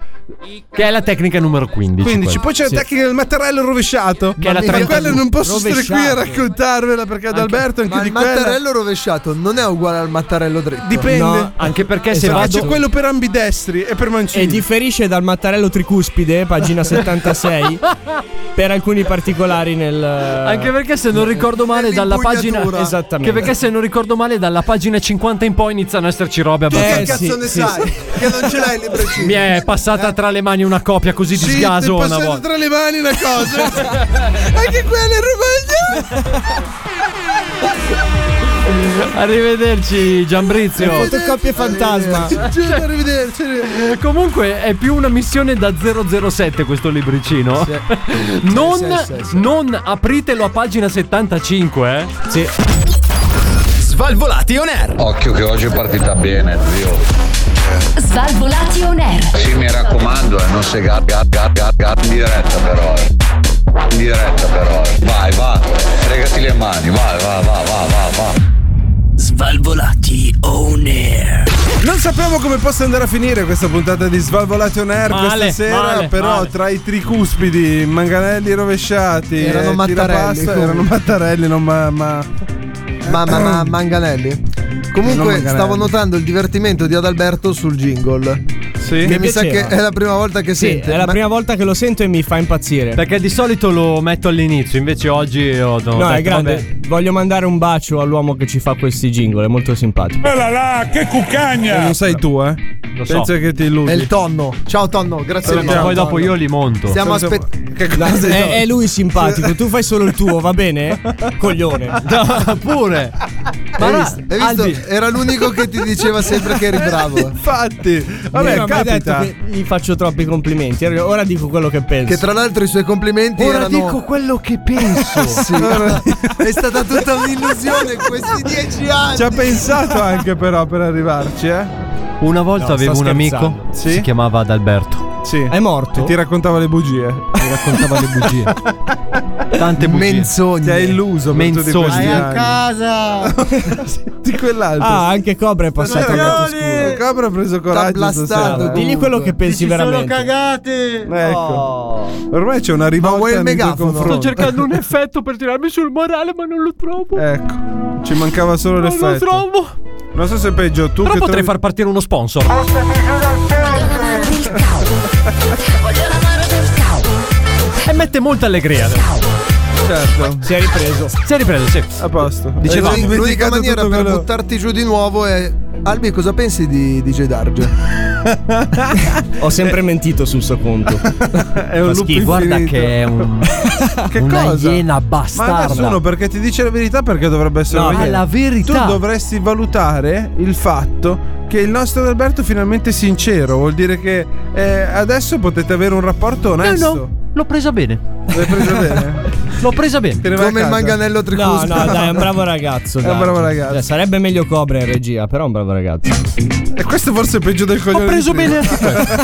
Che è la tecnica numero 15.
15. Poi c'è la
Sì.
tecnica del mattarello rovesciato.
Che è la
Ma
32.
quella non posso stare qui a
Rovesciato.
raccontarvela perché ad Alberto anche
Ma
di
il
quella.
mattarello rovesciato non è uguale al mattarello dritto.
Dipende. No,
anche perché
se vado- Esatto. C'è quello per ambidestri e per mancini.
E differisce dal mattarello tricuspide, pagina 76, per alcuni particolari nel... eh,
Anche perché se non ricordo male dalla pagina
Esattamente.
Che perché se non ricordo male dalla pagina 50 in poi iniziano a esserci robe
che
abbastanza
cazzo ne sai?
Che non ce l'hai il libricino.
Mi è passata tra le mani una copia così di
Sì, ti è
sgaso una
passata
volta.
tra le mani una cosa. anche quella è Romagna.
Arrivederci Giambrizio.
Fotocopie fantasma.
Cioè, arrivederci.
Eh, Comunque è più una missione da 007 questo libricino. Non, non apritelo a pagina 75, eh? Sì.
Svalvolati on air.
Occhio che oggi è partita bene, zio.
Svalvolati on air.
Sì, mi raccomando, eh, non sei gar, gar, gar, gar, gar- in diretta però. eh. In diretta però. eh. Vai, va. Fregati le mani, vai, va, va, va, va, va.
Svalvolati
oh
on air.
Non sappiamo come possa andare a finire questa puntata di Svalvolati on Air
Male,
questa sera,
male,
però
male.
tra i tricuspidi, manganelli rovesciati,
Erano
eh,
mattarelli,
tirapasta,
comunque.
erano mattarelli, non ma, ma... Eh.
Ma, ma, ma Manganelli? Comunque
Non Manganelli.
stavo notando il divertimento di Adalberto sul jingle.
Sì.
Che mi sa che
piaceva.
è la prima volta che
Sì,
sente.
è la
ma-
prima volta che lo sento e mi fa impazzire.
Perché di solito lo metto all'inizio, invece oggi ho ho
No, è
detto,
grande.
vabbè.
Voglio mandare un bacio all'uomo che ci fa questi jingle, è molto simpatico.
Bella là, che cucagna!
Non sei tu, eh?
Lo
Pensa
so.
che ti illudi.
Eh,
È il tonno. Ciao tonno, grazie
Salutiamo.
mille.
Poi dopo
Tonno.
io li monto.
Stiamo
Salutiamo-
aspettando.
Che cosa
Dai,
no?
è, è lui simpatico, tu fai solo il tuo, va bene? Coglione.
No, pure.
Hai
no,
visto? Hai visto?
Aldi.
Era l'unico che ti diceva sempre che eri bravo.
Infatti, vabbè,
Mi ha detto
capita.
che gli faccio troppi complimenti. Ora dico quello che penso.
Che tra l'altro i suoi complimenti
Ora
erano.
dico quello che penso.
Sì. è stata tutta un'illusione questi dieci anni.
Ci ha pensato anche però per arrivarci, eh?
Una volta
No,
avevo
sto
un
scherzando.
amico, si chiamava Adalberto.
Sì.
È morto?
E ti raccontava le bugie.
Mi raccontava le bugie. Tante bugie.
Menzogne.
Ti ha illuso per tutti
Menzogne.
questi
Vai a
anni.
Casa!
Di quell'altro.
Ah, anche Cobra è passato al lato
Il
scuro.
Capra ha preso
T'ha
coraggio
blastato.
stasera. eh.
Digli quello che pensi veramente.
cagate!
Ecco. Ormai c'è una rivolta
vuoi il
nei tuoi
megafono?
confronti.
cercando un effetto per tirarmi sul morale, ma non lo trovo.
Ecco. Ci mancava solo l'effetto.
trovo.
Non so se è peggio tu
Però
che
potrei
trovi-
far partire uno sponsor. E mette molta allegria.
certo.
Si è ripreso.
Si è ripreso, sì.
A posto.
Dicevamo.
Mi sono
L'unica
dimenticato
maniera
tutto
per
quello-
buttarti giù di nuovo è. Albi, cosa pensi di DJ Darge?
Ho sempre mentito sul suo conto.
È un loop
Sì, guarda
infinito.
che è un,
Che
una
cosa?
iena
Ma
bastarda.
nessuno perché ti dice la verità perché dovrebbe essere
No,
una
è
iena.
la verità.
Tu dovresti valutare il fatto che il nostro Alberto è finalmente sincero, vuol dire che eh, adesso potete avere un rapporto
No,
onesto.
no, l'ho presa bene.
L'hai preso bene?
L'ho presa bene.
Te ne vai a
Come il
casa.
No,
manganello
no,
tricuspide.
dai, è un bravo ragazzo. dai.
bravo ragazzo.
Cioè, sarebbe meglio Cobra in regia, però è un bravo ragazzo.
E questo forse è peggio del coglione.
Ho preso
di prima.
bene anche questo.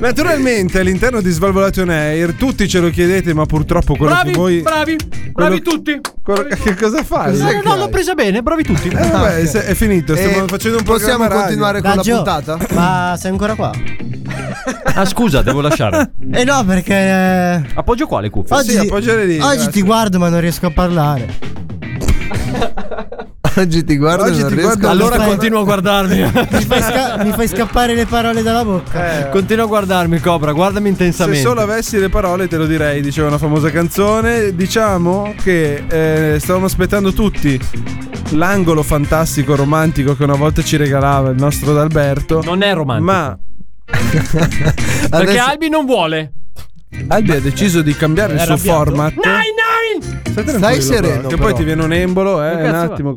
Naturalmente all'interno di Svalvolation Air tutti ce lo chiedete, ma purtroppo quello
Bravi,
che voi...
bravi, bravi tutti.
quello- che cosa fai?
No, no,
che
no, l'ho
hai?
presa bene, bravi tutti. Ah,
Eh, vabbè, se- è finito, stiamo
Eh,
facendo un programma
Possiamo
radio.
continuare con
Raggio,
la puntata?
ma sei ancora qua?
Ah, scusa, devo lasciare.
Eh no, perché... eh,
Appoggio qua le cuffie.
Oggi,
appoggiale lì,
oggi
grazie.
ti guardo ma non riesco a parlare.
Oggi ti guardo e
Oggi
non
ti
riesco
guardo-
a-
Allora continuo a guardarmi.
Mi fai, sca- mi fai scappare le parole dalla
Eh.
bocca.
Continua a guardarmi, Cobra, guardami
Se
intensamente.
solo avessi le parole te lo direi, diceva una famosa canzone. Diciamo che eh, stavamo aspettando tutti l'angolo fantastico, romantico che una volta ci regalava il nostro D'Alberto. Non
è romantico.
Ma
Perché
Adesso-
Albi non vuole.
Albi ha deciso di cambiare il suo
Arrabbiato.
format.
Nine, nine!
Tranquillo, però, Che poi ti viene un embolo, eh,
Che
un
cazzo
attimo.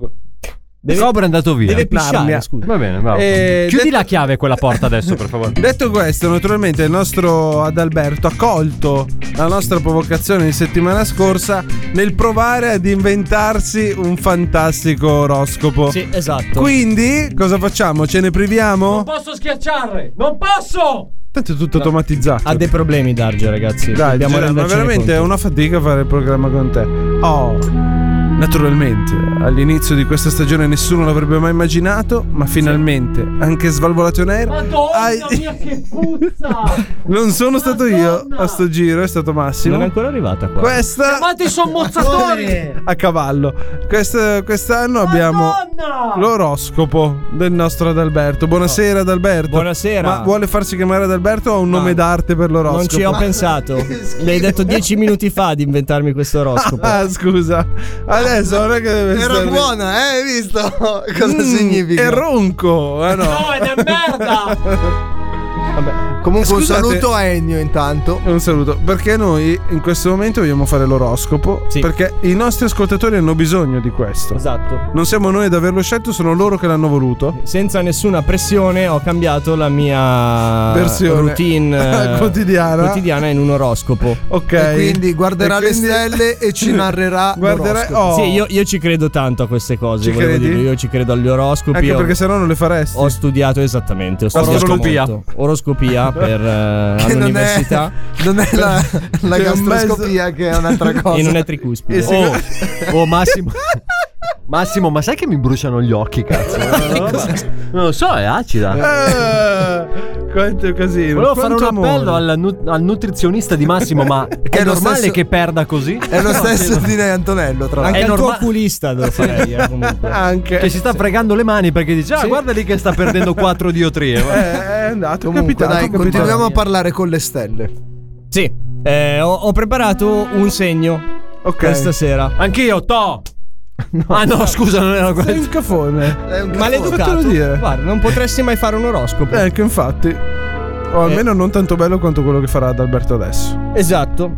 Deve, Cobra è andato via.
deve pisciare,
Narnia.
scusa.
Va bene, bravo.
Eh,
Chiudi
detto-
la chiave quella porta adesso, per favore.
Detto questo, naturalmente il nostro Adalberto ha colto la nostra provocazione di settimana scorsa nel provare ad inventarsi un fantastico oroscopo.
Sì, esatto.
Quindi, cosa facciamo? Ce ne priviamo?
posso schiacciarle! Non posso!
Tanto è tutto automatizzato.
Ha dei problemi Darge, ragazzi.
Dai,
Dobbiamo
Gerardo, ma
rendercene
Cioè, veramente
conto.
è una fatica fare il programma con te. Oh. Naturalmente, all'inizio di questa stagione nessuno l'avrebbe mai immaginato, ma finalmente anche Svalvolation Air
Madonna mia, che puzza!
Non sono stato io a sto giro, è stato Massimo.
Non è ancora arrivata qua.
Questa
Chiamate i sommozzatori!
a cavallo. Quest- quest'anno abbiamo l'oroscopo del nostro Adalberto. Buonasera Adalberto.
Buonasera.
Ma vuole farsi chiamare Adalberto o ha un
Ah,
nome d'arte per l'oroscopo?
Ah. Non ci ho pensato. Mi hai detto dieci minuti fa di inventarmi questo oroscopo.
Ah, scusa. Adesso non è che deve
Era
essere-
buona, eh, hai visto? Cosa
Mm,
significa?
È ronco. Ah, no.
è una merda!
Comunque
Scusate.
un saluto a Ennio intanto.
Un saluto, perché noi in questo momento vogliamo fare l'oroscopo, perché i nostri ascoltatori hanno bisogno di questo.
Esatto.
Non siamo noi ad averlo scelto, sono loro che l'hanno voluto.
Senza nessuna pressione ho cambiato la mia
Versione.
Ah, routine eh,
Quotidiana.
quotidiana in un oroscopo.
Ok.
E quindi guarderà
E quindi-
le stelle e ci narrerà.
Guarderà-
l'oroscopo.
oh.
Sì, io, io ci credo tanto a queste cose.
Ci
volevo
credi?
dire, Io ci credo agli oroscopi.
Anche
io-
perché sennò non le faresti.
Ho studiato esattamente ho studiato
Astrologia.
molto.
Oh,
Oroscopia per eh,
Che non è,
all'università.
non è la, la
C'è un
gastroscopia che è un'altra cosa.
E non è tricuspide.
Oh, oh, Massimo. Massimo, ma sai che mi bruciano gli occhi, cazzo? non lo so, è
Eh,
acida.
Ah, quanto è casino.
Volevo fare un
quanto
appello
amore.
al, nu- al nutrizionista di Massimo, ma è,
lo
normale
stesso-
che perda così?
È lo
No,
stesso
sì,
di Ney Antonello, tra
Anche
l'altro.
il
norma-
tuo oculista devo fare io, comunque.
Anche.
Che si sta fregando le mani perché dice: Ah, guarda lì che sta perdendo quattro diotrie.
Eh, È andato, è
Comunque,
capitato.
dai,
è capitato.
continuiamo a parlare con le stelle.
Sì, eh, ho, ho preparato un segno
Ok.
questa sera.
Anch'io, To! Ah, no, scusa, non era
Sei un
questo.
cafone.
È un
Fatelo
Maleducato.
dire.
Guarda, non potresti mai fare un oroscopo.
Ecco, infatti. O almeno
Eh.
non tanto bello quanto quello che farà Adalberto adesso.
Esatto.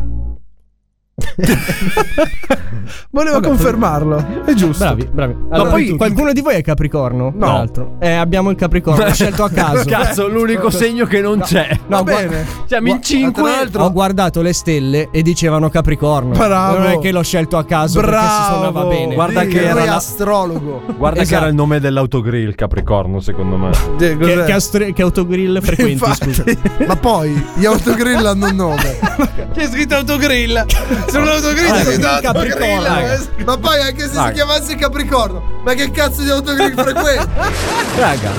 Volevo
Vabbè,
confermarlo. È giusto.
Bravi, bravi. Allora,
poi-
tu- qualcuno di voi è Capricorno? Tra l'altro. Eh, abbiamo il Capricorno, ho scelto a caso.
Cazzo, l'unico segno che non c'è.
Va
No, gua-
bene. Oh,
Siamo in
tra
cinque.
l'altro-
ho guardato le stelle e dicevano Capricorno.
Bravo.
Non è che l'ho scelto a caso perché si
Bravo.
suonava bene.
Guarda
Sì,
che
lui
era
è
la-
astrologo.
Ah, Guarda che
Esatto.
era il nome dell'autogrill Capricorno, secondo me.
Cioè,
che,
cos'è?
che astri- che autogrill frequenti,
Infatti.
scusa.
Ma poi gli autogrill hanno un nome.
C'è scritto autogrill. Sull'autogrill
Ah,
c'è scritto
il Capricorno, raga.
autogrill.
Ma poi anche se si chiamasse Capricorno, ma che cazzo di autogrill frequenta?
Raga,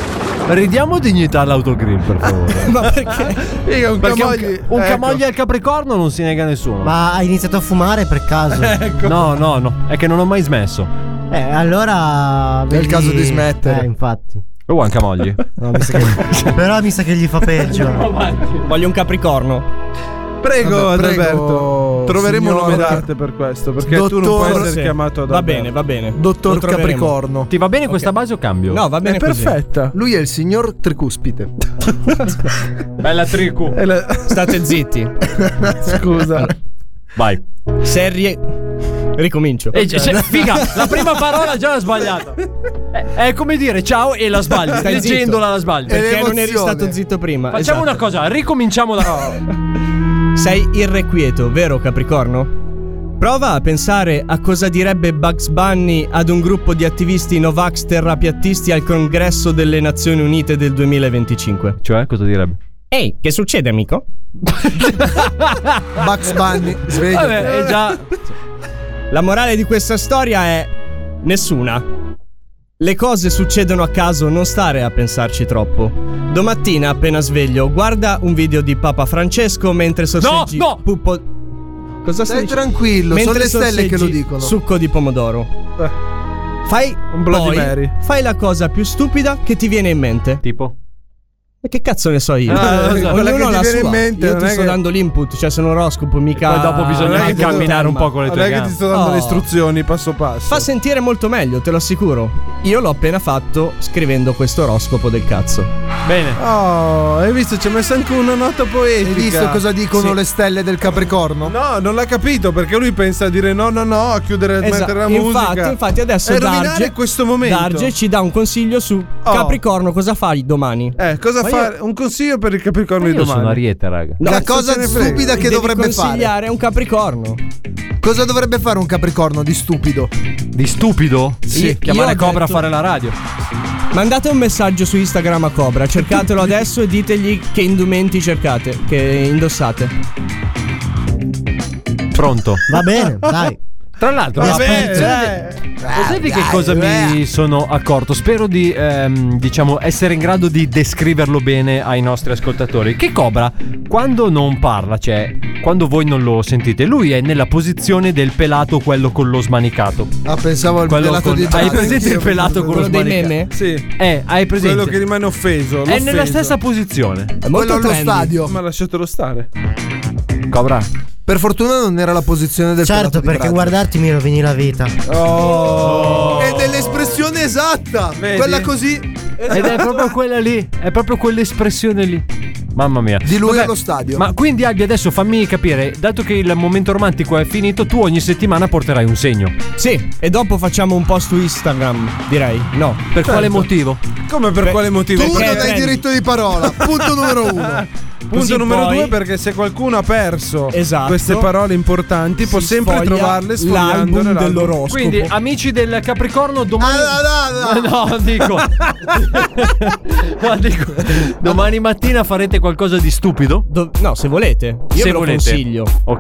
ridiamo dignità all'autogrill, per favore.
Ma perché?
Figa, un
Perché
camogli.
un, un
Ecco.
camogli al Capricorno non si nega a nessuno.
Ma hai iniziato a fumare per caso?
Ecco.
Eh,
No, no, no, è che non ho mai smesso.
allora. È
il caso di smettere.
Eh, infatti.
Oh, un camogli.
No, mi sa che- Però mi sa che gli fa peggio.
Voglio un Capricorno.
Prego,
Vabbè, prego,
Adalberto. Troveremo un nome
signor-
d'arte per questo. Perché tu non
Dottor-
puoi essere
Forse-
chiamato Adalberto.
Va bene, va bene.
Dottor
Lo troveremo.
Capricorno.
Ti va bene questa base o cambio?
No, va bene
È
così.
perfetta.
Lui è il signor Tricuspite.
Bella tricu.
È la-
State zitti.
Scusa.
Vai.
Serie. Ricomincio.
E c'è- c'è- eh, cioè, figa, la prima parola già l'ha sbagliata. Eh, È, è come dire ciao e la sbagli.
Stai
Leggendola
zitto.
la sbagli.
perché non eri
l'emozione.
stato zitto prima.
Facciamo
Esatto.
una cosa, ricominciamo da.
Sei irrequieto, vero Capricorno? Prova a pensare a cosa direbbe Bugs Bunny ad un gruppo di attivisti Novax terrapiattisti al congresso delle Nazioni Unite del 2025.
Cioè, cosa direbbe?
Ehi, che succede, amico?
Bugs Bunny, svegliati.
Vabbè, è già.
La morale di questa storia è. nessuna. Le cose succedono a caso, non stare a pensarci troppo. Domattina, appena sveglio, guarda un video di Papa Francesco mentre sorseggi.
no!
Pupo... Cosa stai
Stai
dicendo?
tranquillo, sono
Mentre
le stelle che lo
sorseggi
dicono.
Eh.
Succo di pomodoro. Fai
un Bloody
poi, eh,
Mary.
Fai la cosa più stupida che ti viene in mente.
Tipo?
Ma che cazzo ne so io?
Ah, lo so, quella che
Ognuno
ti
ha la
viene
sua.
in mente,
io
non
ti
è
sto
che-
dando l'input, cioè sono oroscopo, mica.
Poi dopo bisogna
Non è che
anche
ti sto
camminare
dando-
un po' con le tue
Non è che
gambe.
ti sto dando
Oh.
le istruzioni passo passo.
Fa sentire molto meglio, te lo assicuro. Io l'ho appena fatto scrivendo questo oroscopo del cazzo.
Bene.
Oh, hai visto? Ci ha messo anche una nota poetica.
Hai visto cosa dicono
Sì.
le stelle del Capricorno?
No, non l'ha capito perché lui pensa a dire no, no, no, a chiudere
Esatto.
mettere la musica.
Infatti, infatti adesso
è rovinare
Darge,
questo momento.
Darge ci dà un consiglio su
Oh.
Capricorno, cosa fai domani?
Eh, cosa
Ma
fare? Un consiglio per il Capricorno di
Io sono
domani.
Ariete, raga.
La
cazzo
cosa
se ne
stupida
frega.
che
Devi
dovrebbe
consigliare a un Capricorno.
Cosa dovrebbe fare un Capricorno di stupido?
Di stupido?
Sì, io
Chiamare
ho
Cobra a
detto-
fare la radio.
Mandate un messaggio su Instagram a Cobra, cercatelo adesso e ditegli che indumenti cercate, che indossate.
Pronto.
Va bene, dai.
Tra l'altro,
Va
la
bene,
pensione de- Lo sai di che cosa mi sono accorto? Spero di ehm, diciamo essere in grado di descriverlo bene ai nostri ascoltatori. Che Cobra, quando non parla, cioè quando voi non lo sentite, lui è nella posizione del pelato, quello con lo smanicato.
Ah, pensavo al
Quello
pelato
con-
di
Hai
Giada.
presente il pelato con lo
Quello dei
smanicato?
meme?
Sì.
Eh, hai presente.
Quello che rimane offeso.
È nella
l'offeso.
stessa posizione.
È
Quello
molto
allo
trendy.
stadio.
Ma lasciatelo stare.
Cobra.
Per fortuna non era la posizione del
Certo,
pelato di
perché
Giada.
guardarti mi rovini la vita.
Oh.
Ed è l'espressione esatta.
Vedi?
Quella così
Ed è proprio quella lì, è proprio quell'espressione lì. Mamma mia.
di lui
Vabbè,
allo stadio.
Ma quindi Albi adesso fammi capire, dato che il momento romantico è finito, tu ogni settimana porterai un segno.
Sì, e dopo facciamo un post su Instagram, direi. No.
Per quale motivo?
Come per
Beh,
quale motivo?
tu non
Perché-
Perché-
hai
prendi.
diritto di parola. Punto numero uno.
Punto
Così
numero
poi-
due perché se qualcuno ha perso
Esatto.
queste parole importanti può
Si
sempre
sfoglia
trovarle sfogliando
l'album
nell'album.
dell'oroscopo.
Quindi, amici del Capricorno, domani.
Ah, no, no, no.
No, dico. no, dico. Domani mattina farete qualcosa di stupido.
Do- no, se volete. Io
se
ve lo
volete.
consiglio.
Ok.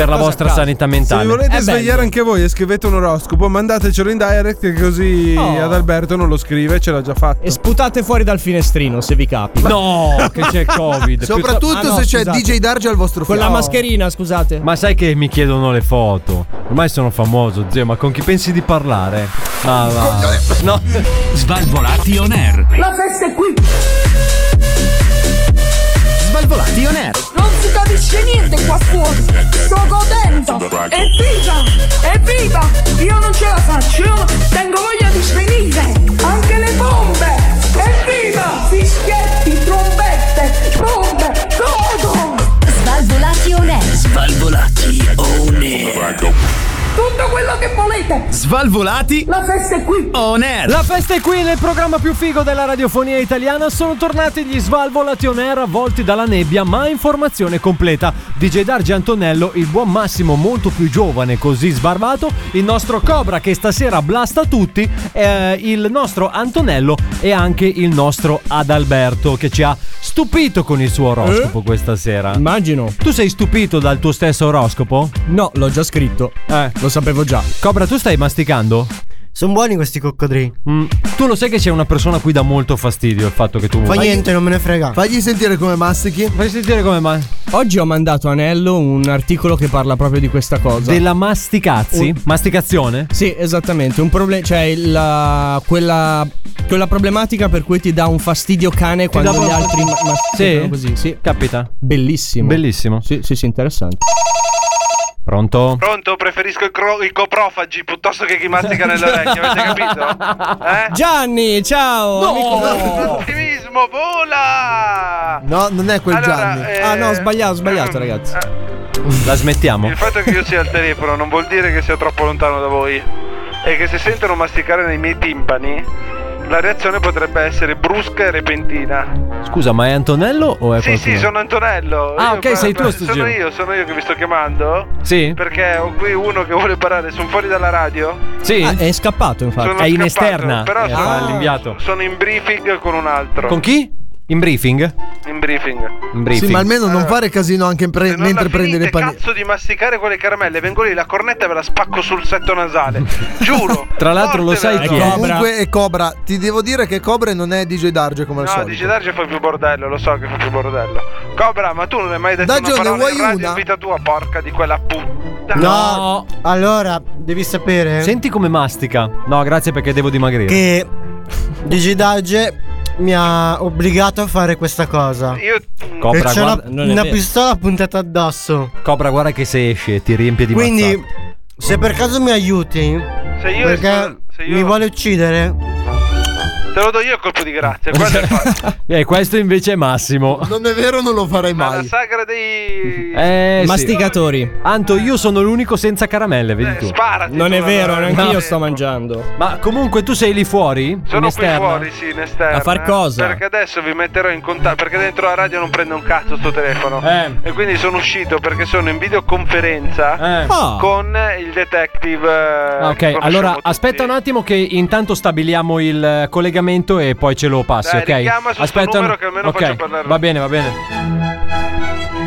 per la
cosa
vostra
accade?
sanità
Se
mentale.
vi volete
È Eh, bello.
svegliare anche voi e scrivete un oroscopo, mandatecelo in direct che così
Oh.
ad Alberto non lo scrive, ce l'ha già fatto.
E sputate fuori dal finestrino se vi capita.
No, che c'è Covid.
Soprattutto
Ah, no,
se c'è
scusate.
DJ Darge al vostro
Con
fianco.
la mascherina, scusate.
Ma sai che mi chiedono le foto? Ormai sono famoso, zio, ma con chi pensi di parlare? Ah, va. No.
Svalvolati on air.
La festa è qui,
Svalvolati on air.
non si capisce niente qua fuori. Sto godendo. Evviva! Evviva! Io non ce la faccio, io tengo voglia di svenire. Anche le bombe! Evviva! Fischietti, trombette, bombe, godo!
Svalvolati on air.
Svalvolati on air.
Tutto quello che volete!
Svalvolati
La festa è qui!
on air.
La festa è qui nel programma più figo della radiofonia italiana. Sono tornati gli Svalvolati on air avvolti dalla nebbia, ma informazione completa. DJ Darge Antonello, il buon Massimo, molto più giovane, così sbarbato. Il nostro Cobra che stasera blasta tutti. eh, il nostro Antonello e anche il nostro Adalberto che ci ha stupito con il suo oroscopo questa sera.
Immagino.
Tu sei stupito dal tuo stesso oroscopo?
No, l'ho già scritto.
Eh.
Lo sapevo già.
Cobra, tu stai masticando?
Sono buoni questi coccodrilli.
Mm, Tu lo sai che c'è una persona a cui dà molto fastidio il fatto che tu.
Fa niente, non me ne frega.
Fagli sentire come mastichi.
Fai sentire come ma.
Oggi ho mandato a Anello un articolo che parla proprio di questa cosa.
Della masticazzi? Masticazione?
Sì, esattamente. Un problema. Cioè, il- la- quella, quella problematica per cui ti dà un fastidio cane quando
dà
gli
proprio-
altri. ma- ma-
Sì.
Così, sì.
Capita.
Bellissimo.
Bellissimo.
Sì, sì, sì, interessante.
Pronto?
Pronto, preferisco i, cro- i coprofagi piuttosto che chi mastica nell'orecchio, avete capito? Eh?
Gianni, ciao! amico.
Ottimismo, vola!
No, non è quel
Allora,
Gianni.
eh,
Ah, no, ho sbagliato, ho sbagliato, ragazzi.
La smettiamo?
Il fatto che io sia al telefono non vuol dire che sia troppo lontano da voi. E che se sentono masticare nei miei timpani, la reazione potrebbe essere brusca e repentina.
Scusa, ma è Antonello o è
Sì,
qualcuno?
sì, sono Antonello.
Ah,
Io
ok, sei tu a sto
Sono
giro.
io, sono io che vi sto chiamando.
Sì?
Perché ho qui uno che vuole parlare, sono fuori dalla radio.
Sì?
Ah, è scappato, infatti.
Sono
è in
scappato,
esterna.
però
eh,
sono-
fa l'inviato.
Sono in briefing con Eh, un altro.
Con chi? In briefing?
In briefing.
In
Sì,
briefing.
ma almeno non fare casino anche in pre-
Se non
mentre
la
prendi
finite,
le panini.
cazzo di masticare quelle caramelle, vengo lì la cornetta e ve la spacco sul setto nasale. Giuro.
Tra l'altro lo sai
Portevela.
chi è?
Eh,
Comunque è Cobra. Ti devo dire che Cobra non è DJ Darge come al
No,
solito.
dice Darge fa più bordello, lo so che fa più bordello. Cobra, ma tu non hai mai detto
Darge,
una
ne
parola
vuoi
in radio
una?
in vita tua, porca di quella pu...
merda.
No. Allora, devi sapere
Senti come mastica. No, grazie perché devo dimagrire.
che Digidage mi ha obbligato a fare questa cosa.
Io
Copra,
Copra,
c'è una,
guarda- non è
una
vero.
pistola puntata addosso.
Cobra, guarda che se esce ti riempie di
Quindi,
mazzate.
se per caso mi aiuti,
Se io
perché
esco- se io-
mi vuole uccidere,
Te lo do io il colpo di grazia. Guarda il fatto.
E Eh, questo invece è Massimo.
Non è vero, non lo farei mai.
Sagra dei.
Eh, sì.
Masticatori.
Anto, io sono l'unico senza caramelle, vedi tu.
Sparati.
Eh, Non è
tu,
vero,
allora.
neanche
No.
io sto mangiando.
Ma comunque tu sei lì fuori? in
Sono qui
esterna?
fuori, sì, in esterna.
A far cosa?
Perché adesso vi metterò in contatto. Perché dentro la radio non prende un cazzo sto telefono.
Eh.
E quindi sono uscito perché sono in videoconferenza
Eh.
Ah.
con il detective. eh,
Ah,
che
ok,
conosciamo
allora
tutti.
aspetta un attimo che intanto stabiliamo il eh, collegamento e poi ce lo passi,
Dai,
ok?
richiama su sto
aspetta
numero che almeno
ok,
faccio parlare.
Va bene, va bene.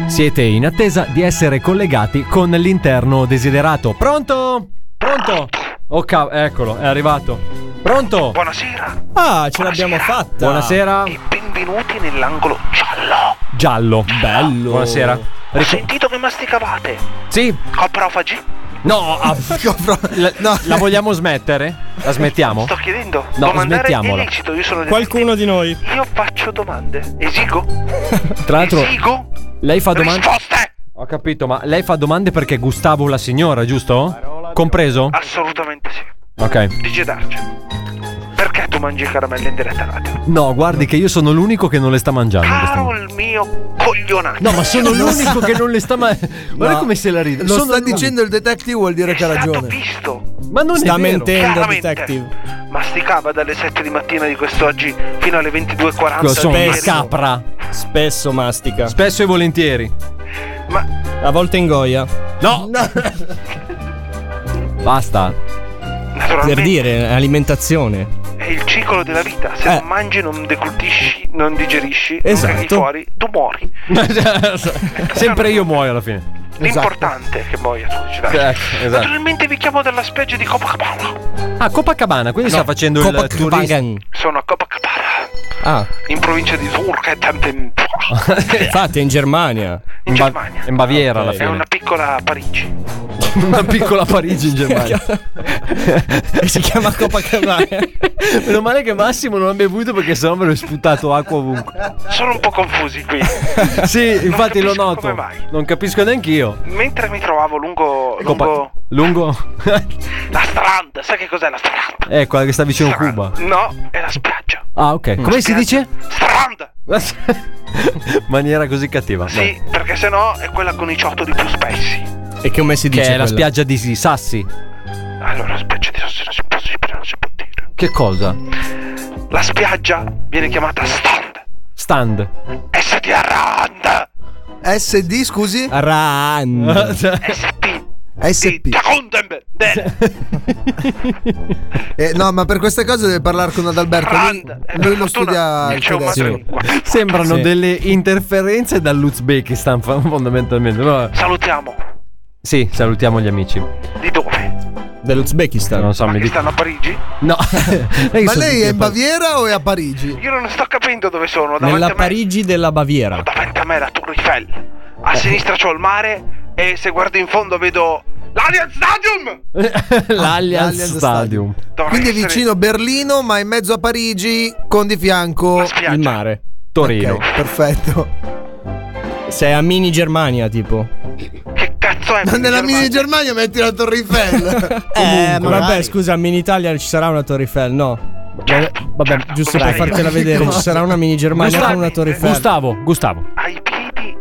Siete in attesa di essere collegati con l'interno desiderato. Pronto? Pronto? Oh, cav- eccolo, è arrivato. Pronto?
Buonasera
Ah, ce l'abbiamo fatta.
Buonasera.
e benvenuti nell'angolo giallo.
Giallo.
Bello.
Buonasera.
Ho
Ric-
sentito che masticavate.
sì.
Coprofagi?
No, ah, la, la vogliamo smettere? La smettiamo?
Sto chiedendo.
No,
Domandare è
smettiamola.
illecito. Io sono
Qualcuno di noi.
Io faccio domande. Esigo?
Tra l'altro,
Esigo?
lei fa domande.
Risposte!
Ho capito, ma lei fa domande perché Gustavo la signora, giusto? Compreso?
Assolutamente sì.
Ok.
Digedarci. Perché tu mangi caramelle in diretta radio?
No, guardi che io sono l'unico che non le sta mangiando. in questo
Caro
momento.
il mio coglionato.
No, ma sono l'unico che non le sta mangiando. Guarda
No.
come se la ride.
Lo
Sono
sta
l'unico.
dicendo il detective, vuol dire
è
che ha
stato
ragione.
visto.
Ma non
Sta
è vero.
mentendo,
Chiaramente.
detective.
Masticava dalle 7 di mattina di quest'oggi fino alle 22.40.
Io Sono
di
una
ieri.
capra.
Spesso mastica.
Spesso e volentieri.
Ma
A volte ingoia.
No. Basta.
naturalmente
Per dire, alimentazione.
è il ciclo della vita. Se
Eh.
non mangi, non declutisci, non digerisci, non caghi
Esatto.
fuori, tu muori.
Sempre io muoio alla fine.
L'importante è che muoia tu, Digedarci.
Ecco, esatto.
Naturalmente vi chiamo dalla spiaggia di Copacabana.
Ah, Copacabana, quindi sta facendo il turista.
Copacabana.
Sono a Copacabana.
Ah,
in provincia di Zurich e Tempelhof,
infatti è in Germania.
in
In Ba-
Germania.
in Baviera alla
Ok.
È
fine.
una piccola Parigi.
Una piccola Parigi in Germania.
E si chiama Copacabana.
Meno male che Massimo non ha bevuto perché sennò me l'ho sputato acqua ovunque.
Sono un po' confusi qui.
Sì, infatti lo
capisco come
noto.
mai.
Non capisco neanche io.
Mentre mi trovavo lungo,
Ecco,
lungo
Lungo?
la strand, sai che cos'è la strand?
eh, quella che sta vicino a
Strand.
Cuba.
No, è la spiaggia.
Ah, ok. Come si dice?
Strand!
Maniera così cattiva.
Sì, perché sennò è quella con i ciotto di più spessi.
E come si
Che
dice?
è la
quella?
spiaggia di di Sassi.
Allora, la spiaggia di Sassino è impossibile, non si può dire.
Che cosa?
La spiaggia viene chiamata strand.
Stand.
ST Rand!
SD, scusi? Eh,
Ran.
Cioè,
eh, ST!
SP.
Del
Eh, no, ma per queste cose deve parlare con Adalberto. Lui,
Rand!
lui lo studia
il
il tedesco.
Sembrano
Sì.
delle interferenze dall'Uzbekistan fa- fondamentalmente. Ma-
Salutiamo.
Sì, salutiamo gli amici.
Di dove?
Dell'Uzbekistan.
Non so, mi
Che
dico.
stanno a Parigi?
No. Lei
Ma
so
lei
tutti
è
e
in
poi-
Baviera o è a Parigi?
Io non sto capendo dove sono. Davanti,
Nella
a, me,
Parigi della Baviera.
davanti a me la Tour Eiffel.
Eh.
A sinistra c'ho il mare. E se guardo in fondo vedo. L'Allianz Stadium!
Ah, L'Allianz
Stadium.
Stadium.
Dovrei
Quindi è
essere
vicino Berlino, ma in mezzo a Parigi, con di fianco.
La spiaggia.
Il mare.
Torino.
Ok, perfetto.
Sei a mini Germania, tipo.
Che cazzo è?
Nella mini
Germania?
Germania metti la Torre Eiffel.
Eh,
magari.
vabbè, scusa, a mini Italia ci sarà una Torre Eiffel, no? Vabbè,
Certo,
giusto
come
per
sai.
fartela vedere, ci sarà una mini Germania
Gustavo-
con una Torre Eiffel.
Gustavo, Gustavo.
Ai piedi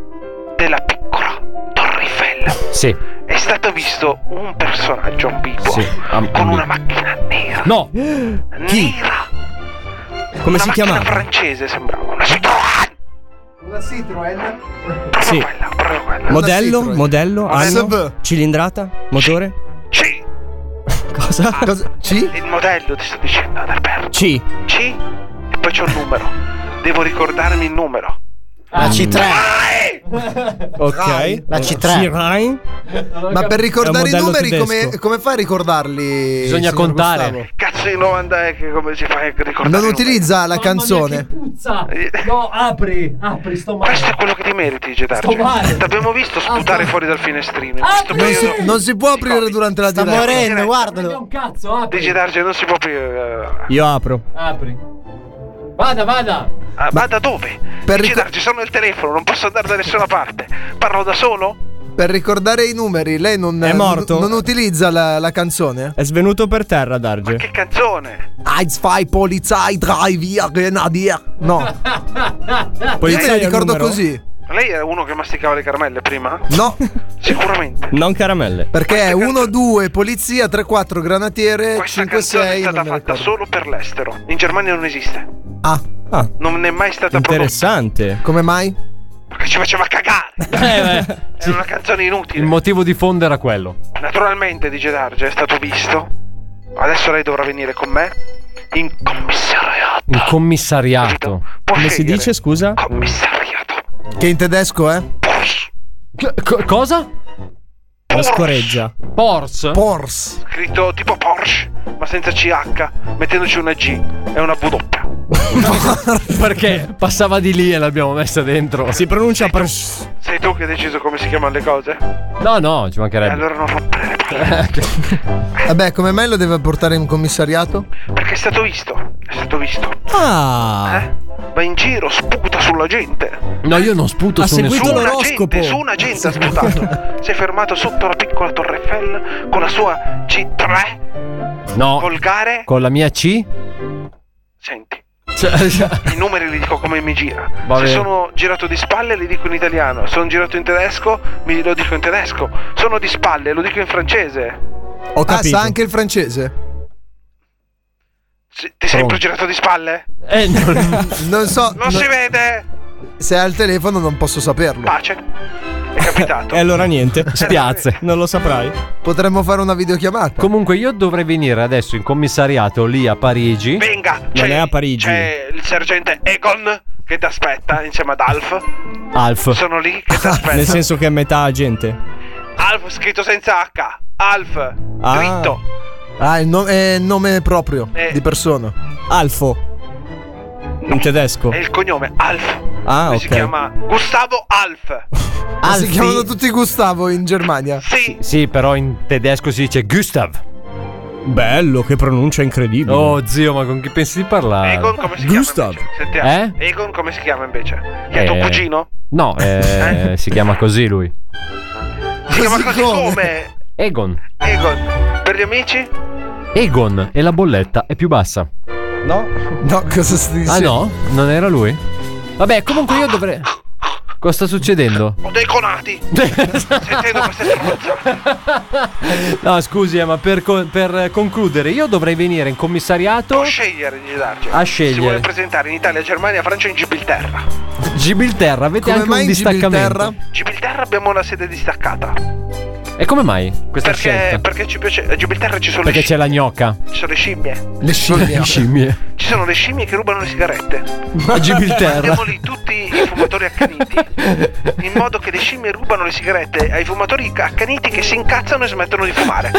della piccola Torre Eiffel
Sì.
è stato visto un personaggio ambiguo
Sì, am-
con
ambiguo.
una macchina nera.
No.
chi?
Nera.
Come
una
si
macchina
chiamava?
francese sembrava. Una Citroën.
La Citroen.
Proprio
Sì.
quella, proprio quella.
Modello,
Citroen.
modello,
Modello.
anno, cilindrata, motore?
C.
Cosa?
Cosa? Sì?
Il modello ti sto dicendo, Adalberto.
C.
C e poi c'è un numero. Devo ricordarmi il numero.
la C3.
Ah, eh!
Ok.
La C3.
Sì, Rai.
Ma per
È
ricordare i
un modello
numeri, come,
tedesco.
come fai a ricordarli?
Bisogna
signor
contare.
Gustavo?
Cazzo di domanda è che come si fa a ricordare?
Non
i numeri?
utilizza la canzone.
Puzza! No, apri, apri, sto male.
Questo è quello che ti meriti, Getarge.
Sto male. Ah,
L'abbiamo visto sputare fuori dal finestrino. in questo
Non si,
periodo
non si può aprire durante la
Ecco, Sta
diretta.
morendo, guardalo.
Cazzo, apri.
di Getarge non si può eh, aprire.
Io apro.
Apri. Vada, vada.
Ah, ma da dove?
Per
Per
ricor-
Getarge, sono il telefono, non posso andare da nessuna parte. Parlo da solo?
Per ricordare i numeri, lei non, eh,
È morto?
non utilizza la, la canzone?
È svenuto per terra, Darge.
Che canzone?
Eins, zwei, Polizei, drei, via, Grenadier. No, io me la
Polizia
ricordo così.
Lei era uno che masticava le caramelle prima?
No,
Sicuramente.
Non caramelle.
perché è 1, 2, polizia, 3, 4, granatiere,
Questa
5,
canzone
6.
è stata fatta solo per l'estero. In Germania non esiste.
Ah,
Ah,
Non è mai stata prodotta.
interessante.
come mai?
Perché ci faceva cagare.
Eh, beh,
Era una canzone inutile.
il motivo di fondo era quello.
Naturalmente, dice Darge, è stato visto. Adesso lei dovrà venire con me in commissariato.
Il commissariato.
Ah, Può
Come si
scegliere.
dice, scusa?
Commissariato.
Che in tedesco è?
Co- cosa?
La scoreggia.
Porsche?
Pors.
Scritto tipo Porsche, ma senza CH, mettendoci una G e una W.
Perché passava di lì e l'abbiamo messa dentro.
Si pronuncia per...
Sei tu che hai deciso come si chiamano le cose?
No, no, ci
E
mancherebbe.
allora non rompere le palle.
Vabbè, come mai lo deve portare in commissariato?
Perché è stato visto. È stato visto.
Ah,
Eh? Va in giro, sputa sulla gente.
No, io non sputo
Ha
su
seguito-
nessuno.
Su una
L'oroscopo.
gente, su una gente ha sputato. si è fermato sotto la piccola Torre Eiffel con la sua C3
No,
volgare.
con la mia C.
Senti.
Cioè, cioè,
I numeri li dico come mi gira.
Va
Se
bene.
sono girato di spalle li dico in italiano. Sono girato in tedesco, mi lo dico in tedesco. Sono di spalle, lo dico in francese.
Ho
capito.
Ah, sa anche il francese.
Sì, Ti sei sempre
Pronto.
girato di spalle?
eh, no.
Non so.
Non
no-
si vede!
se è al telefono non posso saperlo.
Pace. È capitato.
e allora niente.
Spiazze.
Non lo saprai.
Potremmo fare una videochiamata.
Comunque io dovrei venire adesso in commissariato lì a Parigi.
Venga,
Non è a Parigi.
C'è eh, il sergente Egon che ti aspetta insieme ad Alf.
Alf.
Sono lì che ti
Nel
aspetta.
senso che è metà gente.
Alf scritto senza H. Alf,
Ah.
dritto.
Ah, il no- è il nome proprio
Eh.
di persona.
Alfo. In tedesco.
È il cognome Alf.
Ah,
Lui
ok.
Si chiama Gustavo Alf.
Ma Si
Alfi.
chiamano tutti Gustavo in Germania.
Sì.
Sì, però in tedesco si dice Gustav.
Bello, che pronuncia incredibile.
Oh zio, ma con chi pensi di parlare?
Egon come si
Gustav.
chiama? invece? Sentiamo.
Eh?
Egon come si chiama invece? Che è
Eh.
tuo cugino?
No, eh, si chiama così lui.
Si chiama
Così
così
come?
come
Egon.
Egon. Per gli amici?
Egon e la bolletta è più bassa.
No, cosa stai
Eh,
Ah
dicendo?
no? Non era lui? Vabbè, comunque io dovrei... Cosa sta succedendo?
Ho dei conati. Sentendo queste stronze.
No, scusi, eh, ma per, co- per, eh, concludere, io dovrei venire in commissariato
Può scegliere di darci.
A
Si
scegliere.
vuole presentare in Italia, Germania, Francia o in Gibilterra.
Gibilterra. Avete
Come
anche
mai
un
in
distaccamento.
Gibilterra?
Gibilterra abbiamo una sede distaccata.
E come mai questa
Perché,
scelta?
perché ci piace. A Gibilterra ci sono, le,
Perché c'è
sci-
la gnocca.
ci sono le scimmie.
Le scimmie.
Scimmie.
Ci sono le scimmie che rubano le sigarette.
A Gibilterra.
Mandiamo lì tutti i fumatori accaniti. In modo che le scimmie rubano le sigarette ai fumatori accaniti che si incazzano e smettono di fumare.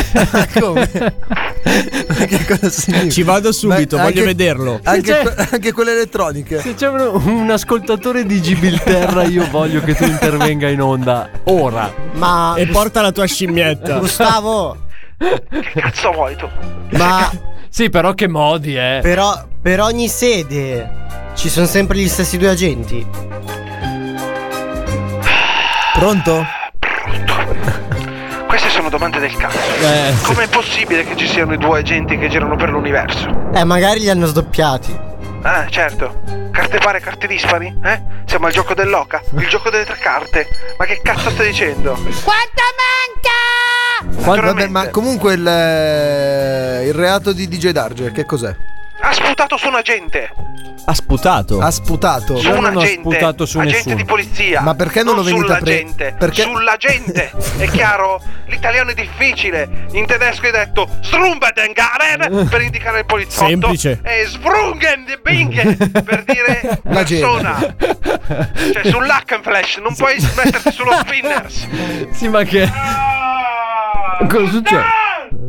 Come? Ma che cosa significa?
Ci vado subito,
Ma
voglio
anche-
vederlo.
Anche,
C'è-
que- anche quelle elettroniche.
Se c'è un, un ascoltatore di Gibilterra, io voglio che tu intervenga in onda. Ora.
Ma
E porta la tua scimmietta.
Gustavo,
Che cazzo vuoi tu?
ma
Sì, però che modi, eh.
però per ogni sede ci sono sempre gli stessi due agenti.
Pronto?
Queste sono domande del cazzo.
Eh, sì.
Com'è possibile che ci siano i due agenti che girano per l'universo?
Eh, magari li hanno sdoppiati.
Ah, certo. Carte pare, carte dispari? Eh? Siamo al gioco dell'oca, il gioco delle tre carte. Ma che cazzo stai dicendo?
Quanto manca?
Quando-
Vabbè, ma comunque il, il reato di DJ Darge, che cos'è?
Ha sputato su un agente.
Ha sputato.
Ha sputato.
Io non ho sputato su
agente
nessuno.
di polizia.
Ma perché non lo venite
sulla
a pre-
gente?
perché-
Sulla gente. È chiaro? L'italiano è difficile. In tedesco hai detto Strumbedengaren per indicare il poliziotto.
Semplice.
E Svrungen di Bingen per dire
La gente.
persona. Cioè sull'Hackenflash non puoi metterti sullo spinners.
Sì, ma che.
Ah!
Cosa succede?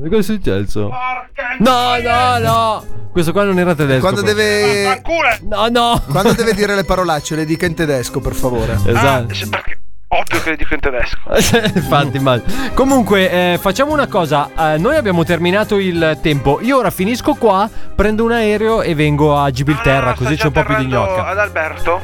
Cosa è successo? No, no, no. Questo qua non era tedesco.
Quando
proprio.
deve.
No, no.
Quando deve dire le parolacce, le dica in tedesco, per favore.
Esatto.
Ovvio che le dico in tedesco.
Infatti, immagino. Comunque, eh, facciamo una cosa. eh, noi abbiamo terminato il tempo. Io ora finisco qua, prendo un aereo e vengo a Gibilterra,
Ah,
così c'è un po' più di
Tornando
gnocca.
Ad Alberto,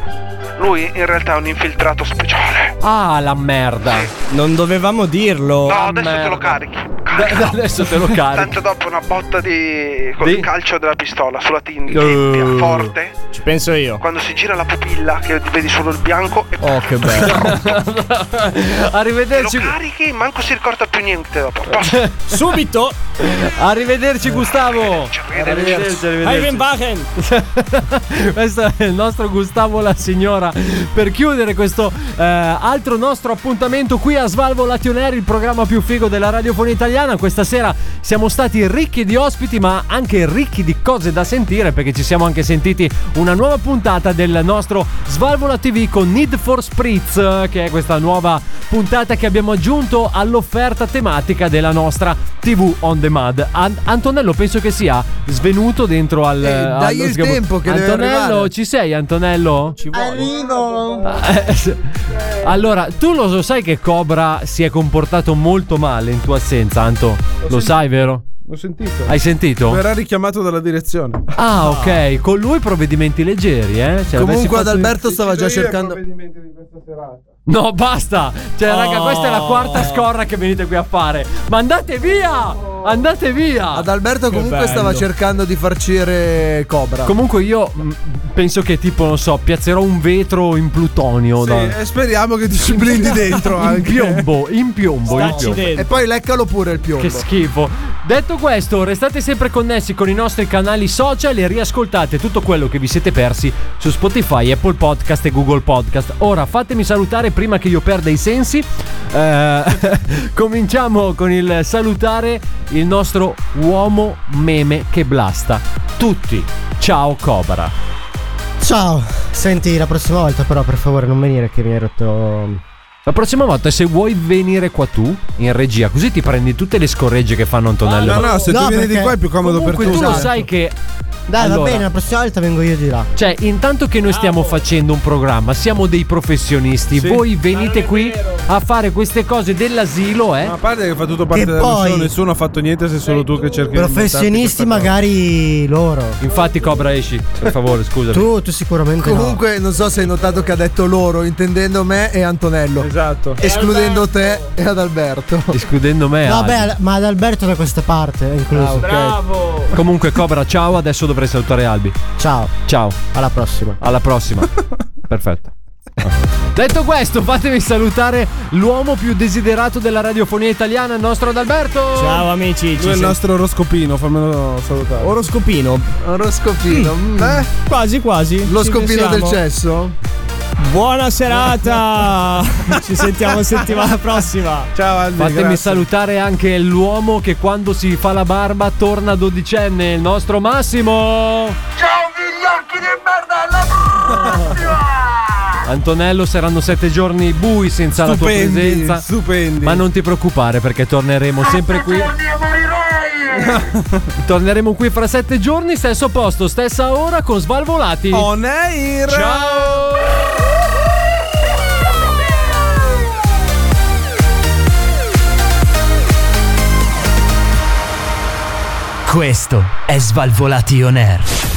lui in realtà è un infiltrato speciale.
Ah, la merda.
Non dovevamo dirlo.
No, adesso te lo carichi.
Da- adesso te lo carico.
Tanto dopo una botta di col
Di?
calcio della pistola sulla tin-
Eh.
tempia forte.
Ci penso io.
Quando si gira la pupilla che vedi solo il bianco e
Oh, che bello.
Eh,
te lo
Arrivederci.
carichi, manco si ricorda più niente dopo. Posso?
Subito.
Arrivederci, Gustavo.
Arrivederci.
Ivan Bachen.
questo è il nostro Gustavo la signora per chiudere questo eh, altro nostro appuntamento qui a Svalvo Lationer il programma più figo della radiofonia italiana questa sera siamo stati ricchi di ospiti ma anche ricchi di cose da sentire perché ci siamo anche sentiti una nuova puntata del nostro Svalvola TV con Need for Spritz eh, che è questa nuova puntata che abbiamo aggiunto all'offerta tematica della nostra TV on demand An- Antonello penso che sia svenuto dentro al
Eh,
allo
dagli il
sgabbo-
tempo che deve
Antonello,
arrivare.
ci sei Antonello?
Arrivo!
Eh, s- Allora, tu lo so- sai che Cobra si è comportato molto male in tua assenza, Anto? Lo sai, vero?
L'ho sentito.
Hai sentito?
Verrà richiamato dalla direzione.
Ah, ok, con lui provvedimenti leggeri, eh? Cioè, avessi
Comunque,
fatto-
Adalberto stava già
Decido io i
cercando.
provvedimenti di questa serata.
No, basta! Cioè,
Oh.
raga, questa è la
Oh.
quarta scorra che venite qui a fare. Ma andate via! Andate via!
Adalberto comunque
bello.
stava cercando di farcire Cobra.
Comunque io mh, penso che tipo, non so, piazzerò un vetro in plutonio. da-
Sì, e speriamo che ti ci blindi dentro
in
anche.
piombo, in piombo, in
Stacci
piombo.
e
dentro.
poi leccalo pure il piombo.
Che schifo. Detto questo, restate sempre connessi con i nostri canali social e riascoltate tutto quello che vi siete persi su Spotify, Apple Podcast e Google Podcast. Ora fatemi salutare prima che io perda i sensi. Eh, cominciamo con il salutare il nostro uomo meme che blasta. Tutti. Ciao Cobra.
Eh, Ciao! Senti, la prossima volta, però, per favore, non venire che mi hai rotto.
La prossima volta, se vuoi venire qua tu in regia, così ti prendi tutte le scorregge che fanno Antonello.
Ah,
No, no, se
No,
tu vieni di
perché-
qua è più comodo
Comunque
per
tu
tutti.
Esatto.
lo sai che
Dai, va
Allora.
bene, la prossima volta vengo io di là.
Cioè, intanto che noi stiamo facendo un programma, siamo dei professionisti, voi venite qui a fare queste cose dell'asilo, eh?
Ma a parte che fa tutto parte
Che
della
poi-
missione, nessuno ha fatto niente, sei solo tu che cerchi di
Professionisti,
inventarti questa
magari loro.
Infatti, Cobra, esci, per favore, scusami.
Tu, tu sicuramente
Esatto.
no.
Comunque, non so se hai notato che ha detto loro, intendendo me e Antonello.
cosa. Esatto.
Escludendo te e Adalberto.
Discudendo me.
No,
Ale.
beh, al- ma ad Alberto da questa parte è incluso.
Comunque, Cobra, ciao, adesso dovrei salutare Albi.
Ciao,
Ciao,
alla prossima.
alla prossima. Perfetto. Detto questo, fatemi salutare l'uomo più desiderato della radiofonia italiana, il nostro Adalberto.
Ciao amici. Ci
Lui è il
sen-
nostro oroscopino, fammelo salutare.
Oroscopino.
Oroscopino.
eh?
Beh,
Quasi quasi.
Mm. lo
Ci
scopino del
pensiamo.
cesso?
Buona serata. Ci sentiamo settimana prossima.
Ciao Albi,
Fatemi
grazie.
salutare anche l'uomo che quando si fa la barba torna dodicenne, il nostro Massimo.
Ciao vigliacchi di merda, alla
Antonello saranno sette giorni bui senza la tua
Stupendi,
presenza.
stupendi.
Ma non ti preoccupare perché torneremo sempre qui. Torneremo qui fra sette giorni, stesso posto, stessa ora con Svalvolati.
On air!
Ciao!
Questo è Svalvolation Air.